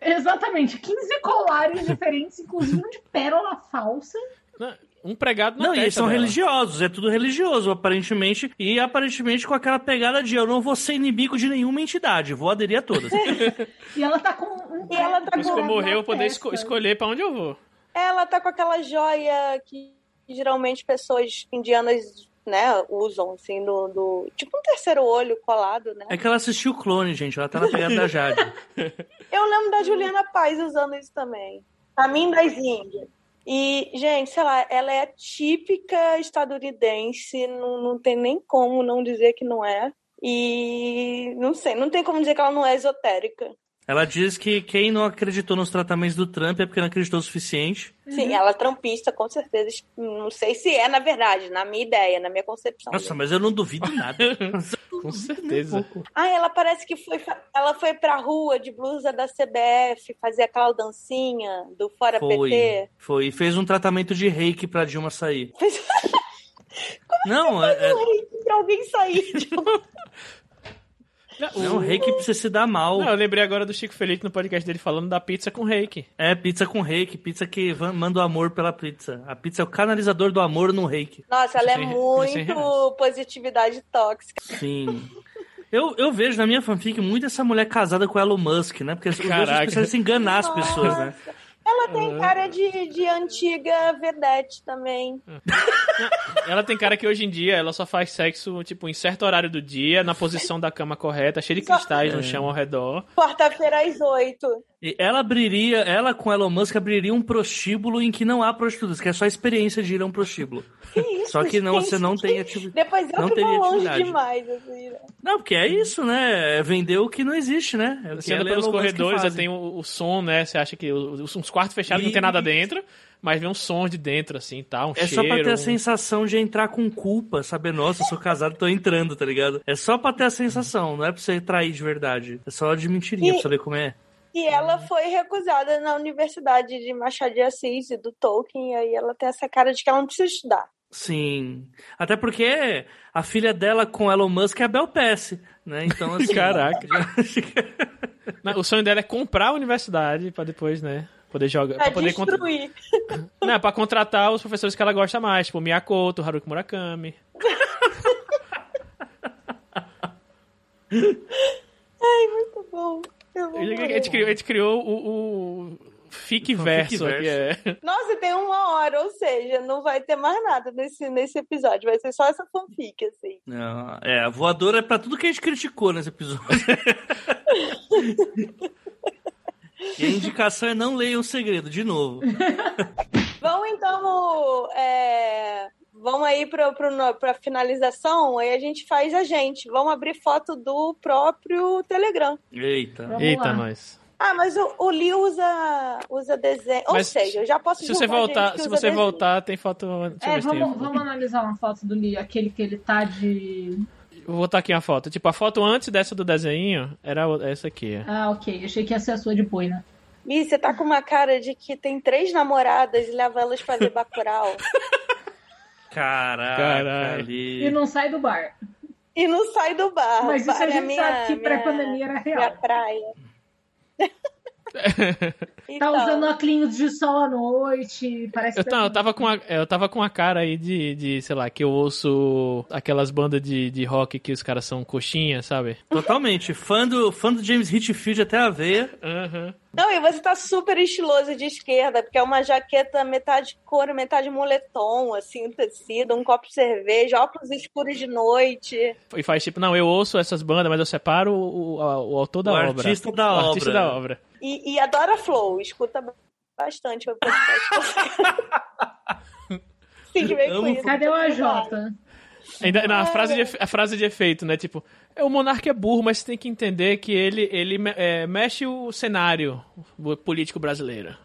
exatamente
[laughs]
15 colares diferentes, inclusive um de pérola falsa.
Não, Um pregado na
Não, e
testa
eles são
dela.
religiosos, é tudo religioso, aparentemente. E aparentemente com aquela pegada de eu não vou ser inimigo de nenhuma entidade, vou aderir a todas.
E ela tá com um.
E ela tá
Por isso que eu
Agora,
morrer, eu poder esco-
escolher.
escolher pra onde eu vou.
Ela tá com aquela joia que geralmente pessoas indianas, né, usam, assim, no, do... Tipo um terceiro olho colado, né?
É que ela assistiu o clone, gente, ela tá na pegada da Jade.
Eu lembro da Juliana Paz usando isso também. Caminho das Índias. E, gente, sei lá, ela é típica estadunidense, não, não tem nem como não dizer que não é. E não sei, não tem como dizer que ela não é esotérica.
Ela diz que quem não acreditou nos tratamentos do Trump é porque não acreditou o suficiente.
Sim, ela é trampista, com certeza. Não sei se é, na verdade, na minha ideia, na minha concepção.
Nossa, mas eu não duvido nada.
Com certeza.
Ah, ela parece que foi. Ela foi pra rua de blusa da CBF fazer aquela dancinha do Fora
Foi,
PT.
foi. Fez um tratamento de reiki pra Dilma sair.
Fez
Não, é, é-
pra alguém sair.
é, não, reiki precisa se dar mal.
um Não, eu lembrei agora do Chico Felipe no podcast dele falando da pizza com reiki.
É pizza com reiki, pizza que van- manda o amor pela pizza. A pizza é o canalizador do amor no reiki.
Nossa, ela é
Cem- cem
muito
reais.
positividade tóxica.
Sim. Eu, eu vejo na minha fanfic muito essa mulher casada com o Elon Musk, né? Porque os dois são
Caraca.
especialistas em enganar as
Nossa.
pessoas, né?
Ela tem cara de, de antiga vedete também.
Ela tem cara que hoje em dia ela só faz sexo, tipo, em certo horário do dia, na posição da cama correta, cheia de cristais
É.
no chão ao redor.
Quarta-feira às oito.
E ela abriria, ela com o Elon Musk abriria um prostíbulo em que não há prostitutas, que é só a experiência de ir a um prostíbulo.
Que isso,
[laughs] Só que não,
gente?
você não tem atividade.
Depois eu
não
que vou
teria
longe
atividade.
demais. Assim, né?
Não, porque é isso, né? É vender o que não existe, né? É o que
Você anda
ela e
pelos
Elon Musk
corredores,
fazem.
aí tem um o, o som, né? Você acha que o- os- uns quartos fechados não tem nada
Isso.
dentro, mas vem um som de dentro, assim, tá? Um
É
cheiro.
só pra ter a
um-
sensação de entrar com culpa, saber, nossa, eu sou casado, tô entrando, tá ligado? É só pra ter a sensação, não é pra você trair de verdade. É só de mentirinha
E-
pra saber como é.
E ela foi recusada na Universidade de Machado de Assis e do Tolkien. E aí ela tem essa cara de que ela não precisa estudar.
Sim. Até porque a filha dela com Elon Musk é a Bel Pass, né? Então,
[laughs]
assim.
Caraca. Não, O sonho dela é comprar a universidade pra depois, né? Poder
É
jogar.
Pra
pra poder contra-
É destruir.
Não, é pra contratar os professores que ela gosta mais, tipo Miyakoto, Haruki Murakami.
Ai, muito bom. Eu vou
A gente- a
é
morrer.
gente criou, a gente criou o, o Fique Verso aqui. É.
Nossa, tem uma hora, ou seja, não vai ter mais nada nesse, nesse episódio. Vai ser só essa fanfic, assim.
Não, é, a voadora é pra tudo que a gente criticou nesse episódio. [laughs] e a indicação é não leiam o segredo, de novo.
Vamos então. é, Vamos aí pra, pro- no- pra finalização, aí a gente faz a gente. Vamos abrir foto do próprio Telegram.
Eita.
Vamos
Eita,
lá.
nós.
Ah, mas o, o Lee usa, usa desenho. Ou
Mas
seja, eu já posso
Se você
julgar gente
voltar,
que
se
usa
você
desenho.
voltar, tem foto. Deixa eu
É,
ver se tem.
vamos, vamos analisar uma foto do Lee, aquele que ele tá de.
Vou botar aqui uma foto. Tipo, a foto antes dessa do desenho era o- essa aqui. é. ó.
Ah, ok. Achei que ia ser a sua de né? boina.
Ih, você tá com uma cara de que tem três namoradas e leva elas fazer
[laughs]
bacural.
Caraca,
Caralho.
ali.
E não sai do bar.
e não sai do bar.
Mas isso
Bar
a
é
gente
minha-
sabe que
minha-
pré-pandemia
Minha
era real.
[laughs]
praia.
Tá
Então,
usando óculos de sol à noite. Parece
Eu,
que-
tá- eu tava com a, eu tava com a cara aí de, de, sei lá, que eu ouço aquelas bandas de, de rock que os caras são coxinha, sabe?
Totalmente. Fã do, fã do James Hitfield até a veia.
Aham.
Não, e você tá super estiloso de esquerda, porque é uma jaqueta metade couro, metade moletom, assim, um tecido, um copo de cerveja, óculos escuros de noite.
E faz tipo, não, eu ouço essas bandas, mas eu separo o, o- a- o autor da
O
obra.
artista da
o artista
obra.
da obra.
E, e adora flow, escuta bastante o podcast.
[laughs]
Sim, vem com
Amo
isso.
Cadê o AJ?
Ainda, não, a, frase de, efe- a frase de efeito, né? Tipo, é, o monarca é burro, mas você tem que entender que ele, ele me- é, mexe o cenário político brasileiro.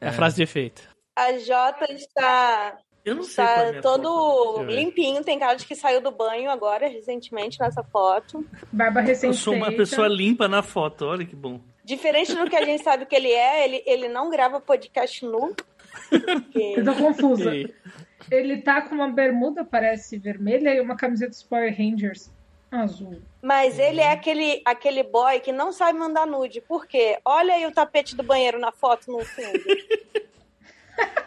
É a frase de efeito.
A Jota está,
Eu não
Tá
sei qual é a
está
minha foto.
todo
Deixa eu ver.
limpinho, tem cara de que saiu do banho agora, recentemente, nessa foto.
Barba
Eu
recente.
sou uma pessoa limpa na foto, olha que bom.
Diferente do que a gente sabe que ele é, ele, ele não grava podcast
[laughs]
nu.
Eu
Porque-
tô confusa.
E-
Ele tá com uma bermuda, parece vermelha, e uma camiseta dos Power Rangers azul.
Mas ele é aquele, aquele boy que não sabe mandar nude. Por quê? Olha aí o tapete do banheiro na foto no fundo.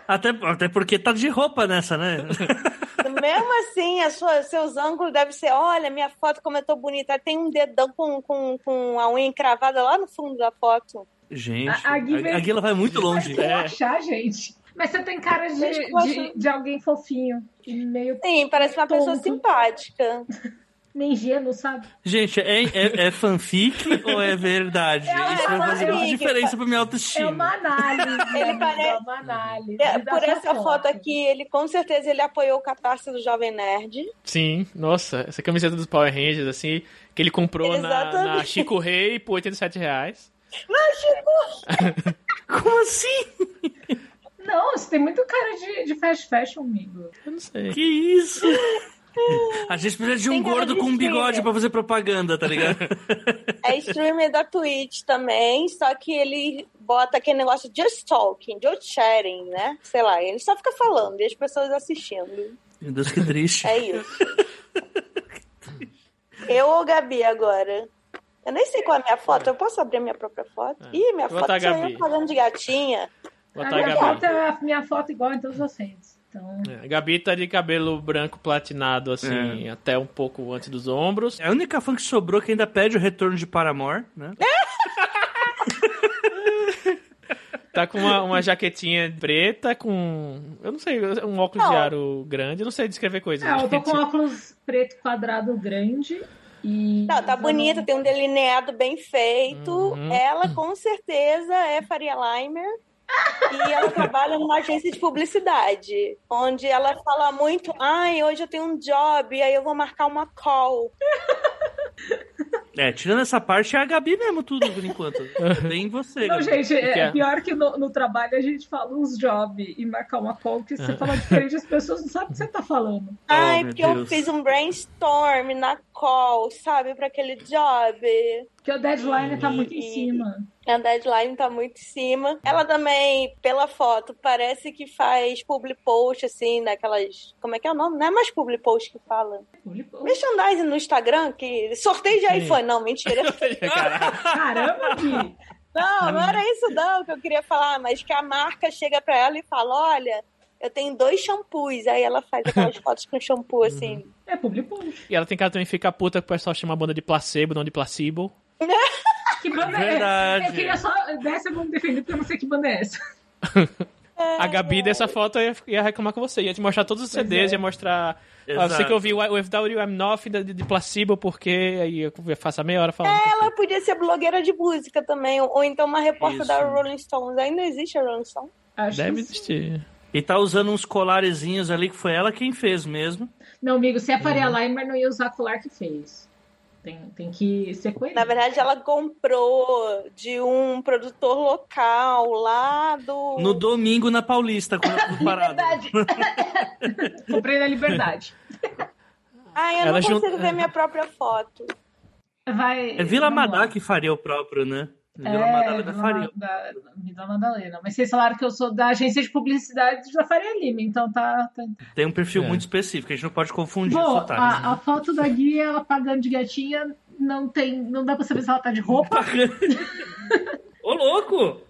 Até, até porque tá de roupa nessa, né?
[laughs]
Mesmo assim, a sua- seus ângulos devem ser: olha, minha foto, como eu tô bonita. Tem um dedão com, com, com a unha encravada lá no fundo da foto.
Gente,
A-
a,
a Gui vem-
a Gui, ela vai muito longe.
Tem que achar, gente. Mas você tem cara de,
Mas poxa.
de, de alguém fofinho. e Meio,
Sim, parece uma pessoa
Tonto.
simpática.
meio ingênuo, sabe?
Gente, é, é, é fanfic ou é verdade?
É uma
Isso vai fazer muita
fanfic,
diferença pra minha
É
autoestima.
uma análise.
[laughs] Ele
amiga,
parece-
é uma análise.
É,
da
por
sua
essa foto aqui, ele com certeza ele apoiou o catarse do Jovem Nerd.
Sim, nossa, essa camiseta dos Power Rangers, assim, que ele comprou na,
Exatamente.
na Chico Rei por 87 reais.
Como assim?
Não, você tem muito cara de, de fast fashion, amigo.
Eu não sei.
Que isso? A gente precisa de
Tem
um
cara
gordo
de
com um bigode
streamer.
pra fazer propaganda, tá ligado?
É streamer da Twitch também, só que ele bota aquele negócio just talking, just sharing, né? Sei lá, ele só fica falando e as pessoas assistindo.
[laughs] Meu Deus, que triste.
É
[laughs]
isso. Eu ou Gabi agora? Eu nem sei qual é a minha foto, eu posso abrir minha própria foto? Ih, minha
É. Vou
foto
botar
sou
Gabi.
eu falando de gatinha.
Boa
a
tarde,
minha
Gabi.
foto é a minha foto igual em todos vocês. Então,
É, Gabi tá de cabelo branco platinado, assim, até um pouco antes dos ombros.
É a única fã que sobrou que ainda pede o retorno de Paramore, né?
Tá com uma, uma jaquetinha preta, com. Eu não sei, um óculos
Não.
de aro grande, eu não sei descrever coisas.
ah, eu tô
gente. [laughs]
com óculos preto quadrado grande e.
Não, tá bonita, tem um delineado bem feito.
Uhum.
Ela com certeza é Faria Limer. E ela trabalha numa agência de publicidade, onde ela fala muito: ai, hoje eu tenho um job, e aí eu vou marcar uma call.
É, tirando essa parte, é a Gabi mesmo tudo, por [laughs] enquanto. Bem você,
Não,
Gabi.
gente,
que
é
que é?
pior que no, no trabalho a gente fala uns job e marcar uma call que você fala diferente, as pessoas não sabem o que você tá falando.
ai,
meu
porque eu
Deus.
fiz um brainstorm na call, sabe, para aquele job.
Porque o deadline tá muito em
E-
cima.
A deadline tá muito em cima. Ela também, pela foto, parece que faz public post, assim, daquelas. Como é que é o nome? Não é mais public post que fala. Merchandising no Instagram, que sorteio de
Sim.
iPhone. Não, mentira.
Caralho.
Caramba, Gui!
é Não, não era isso não que eu queria falar, mas que a marca chega pra ela e fala, olha, eu tenho dois shampoos. Aí ela faz aquelas fotos com shampoo, assim.
É público. público.
E ela tem cara também que fica puta que o pessoal chama a banda de placebo, não de placebo.
Que banda é
Verdade.
essa? Eu queria só. Dessa eu vou me defender porque eu não sei que banda é essa.
A Gabi dessa foto ia, ia reclamar com você. Ia te mostrar todos os
é.
CDs, ia mostrar. Ah,
Exato.
você que ouviu o FW I'm Nothing de, de placebo, porque aí eu faço a meia hora falando.
É,
Ela podia ser blogueira de música também, ou então uma repórter
Isso.
da Rolling Stones. Ainda existe a Rolling Stones?
Acho
Deve
que-
existir.
E tá usando uns colarezinhos ali que foi ela quem fez mesmo.
Não, amigo, se é Faria Limer, não ia usar colar que fez. Tem, tem que ser coerente.
Na [laughs] verdade, ela comprou de um produtor local lá do.
No domingo na
[laughs]
Paulista, quando eu fui parado.
Verdade. Comprei na liberdade.
Ah, eu
Ela
não
jun-
consigo ver minha própria foto.
Vai.
É Vila
vamos lá.
Madá que faria o próprio, né? Vila
É,
Madalena
Vila
faria.
Mada- Vila Madalena. Mas vocês falaram que eu sou da agência de publicidade da Faria Lima, então tá. tá-
Tem um perfil
É.
muito específico, a gente não pode confundir os
Bom,
né?
sotaques.
a, a foto da guia, ela pagando de gatinha, não tem. Não dá pra saber se ela tá de roupa.
[laughs] Ô, louco!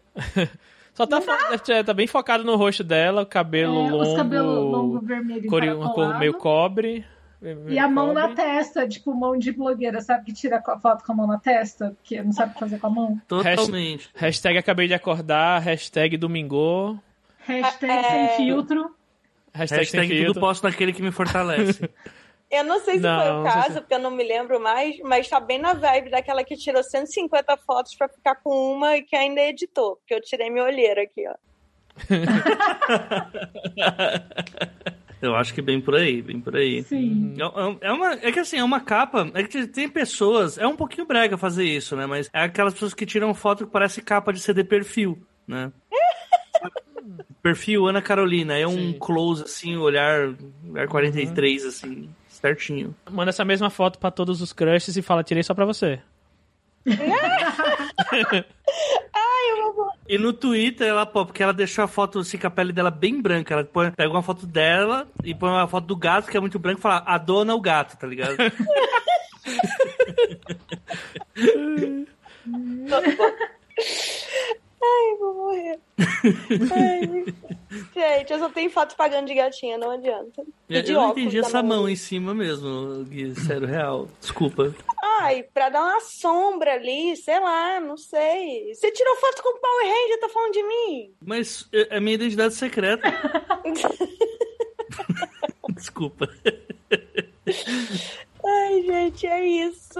Só tá, fo- é, tá bem focado no rosto dela, o cabelo
É,
longo.
os cabelos longo vermelho
cor, uma cor
encaracolado.
meio cobre.
E a mão na testa, tipo mão de blogueira, sabe? Que tira a foto com a mão na testa, porque não sabe o que fazer com a mão.
Totalmente.
Hashtag acabei de acordar, hashtag domingo,
Hashtag
É.
sem filtro.
hashtag, sem
Hashtag
filtro.
tudo posso naquele que me fortalece.
Eu não sei se
Não,
foi o
não sei
caso,
é.
se-
porque eu não me lembro mais, mas tá bem na vibe daquela que tirou 150 fotos pra ficar com uma e que ainda editou, porque eu tirei minha olheira aqui, ó.
[laughs] eu acho que bem por aí, bem por aí.
Uhum.
Sim.
É- É, é uma, é que assim, é uma capa. É que tem pessoas. É um pouquinho brega fazer isso, né? Mas é aquelas pessoas que tiram foto que parece capa de CD perfil, né? perfil Ana Carolina. É um
Sim.
close, assim, olhar, olhar 43, assim, certinho.
Manda essa mesma foto pra todos os crushes e fala, tirei só pra você.
E no Twitter, ela, pô, porque ela deixou a foto, assim, com a pele dela bem branca. Ela põe- pega uma foto dela e põe uma foto do gato, que é muito branco, e fala, a dona é o gato, tá ligado?
Ai, vou
[laughs]
morrer. Ai. Gente, eu só tenho foto pagando de gatinha, não adianta. E
eu
de
não
óculos
entendi
da
essa
Manu.
mão em cima mesmo, Gui, sério, real. Desculpa.
Ai, pra dar uma sombra ali, sei lá, não sei. Você tirou foto com o Power Ranger, tá falando de mim?
Mas é é minha identidade secreta. Desculpa.
Ai, gente, é isso.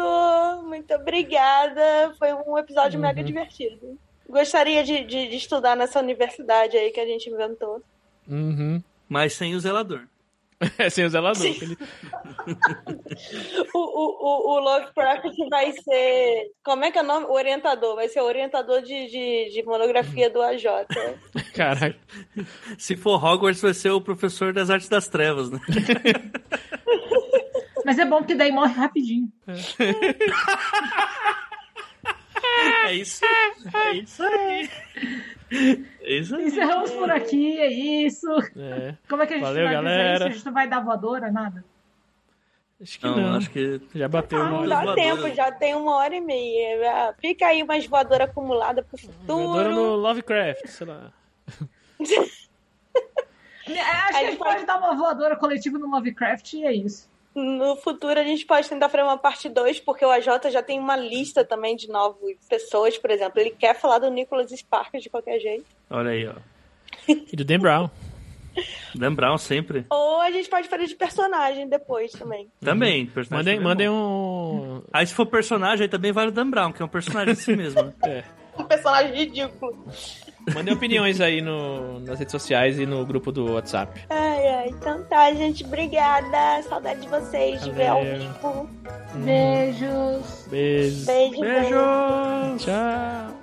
Muito obrigada. Foi um episódio
Uhum.
mega divertido. Gostaria de, de- de estudar nessa universidade aí que a gente inventou.
Uhum.
Mas sem o zelador.
[laughs] É sem o zelador. Ele...
O, o, o, o Love Practice vai ser. Como é que é o nome? O orientador. Vai ser o orientador de, de, de monografia do AJ.
Caraca. [laughs]
Se for Hogwarts, vai ser o professor das artes das trevas, né? [laughs]
Mas é bom que daí morre rapidinho.
É isso. É isso aí. É isso aí.
Encerramos por aqui, é isso.
É.
Como é que a gente
Valeu,
vai dizer
galera.
isso? A gente não vai dar voadora, nada?
Acho que não.
Não, acho que
Já bateu uma
Não
hora.
dá
voadoras.
tempo, já tem uma hora e meia. Fica aí mais voadora acumulada pro
Voadora no
futuro.
Lovecraft, sei lá.
É, acho que a gente pode dar uma voadora coletiva no Lovecraft e é isso.
No futuro a gente pode tentar fazer uma parte 2, porque o AJ já tem uma lista também de novas pessoas, por exemplo. Ele quer falar do Nicholas Sparks de qualquer jeito.
Olha aí, ó.
E do Dan Brown.
Dan Brown sempre.
Ou a gente pode fazer de personagem depois também.
Também. personagem
Uhum. Mandem,
também é
mandem
bom.
um.
Aí se for personagem, aí também vale o Dan Brown, que é um personagem assim mesmo. né?
É.
Um personagem ridículo.
Mandem opiniões aí no, nas redes sociais e no grupo do WhatsApp.
Ai, ai. Então tá, gente. Obrigada. Saudade de vocês, de ver ao
Valeu.
vivo.
Beijos.
Beijo.
Beijo. beijo.
Beijos!
Tchau.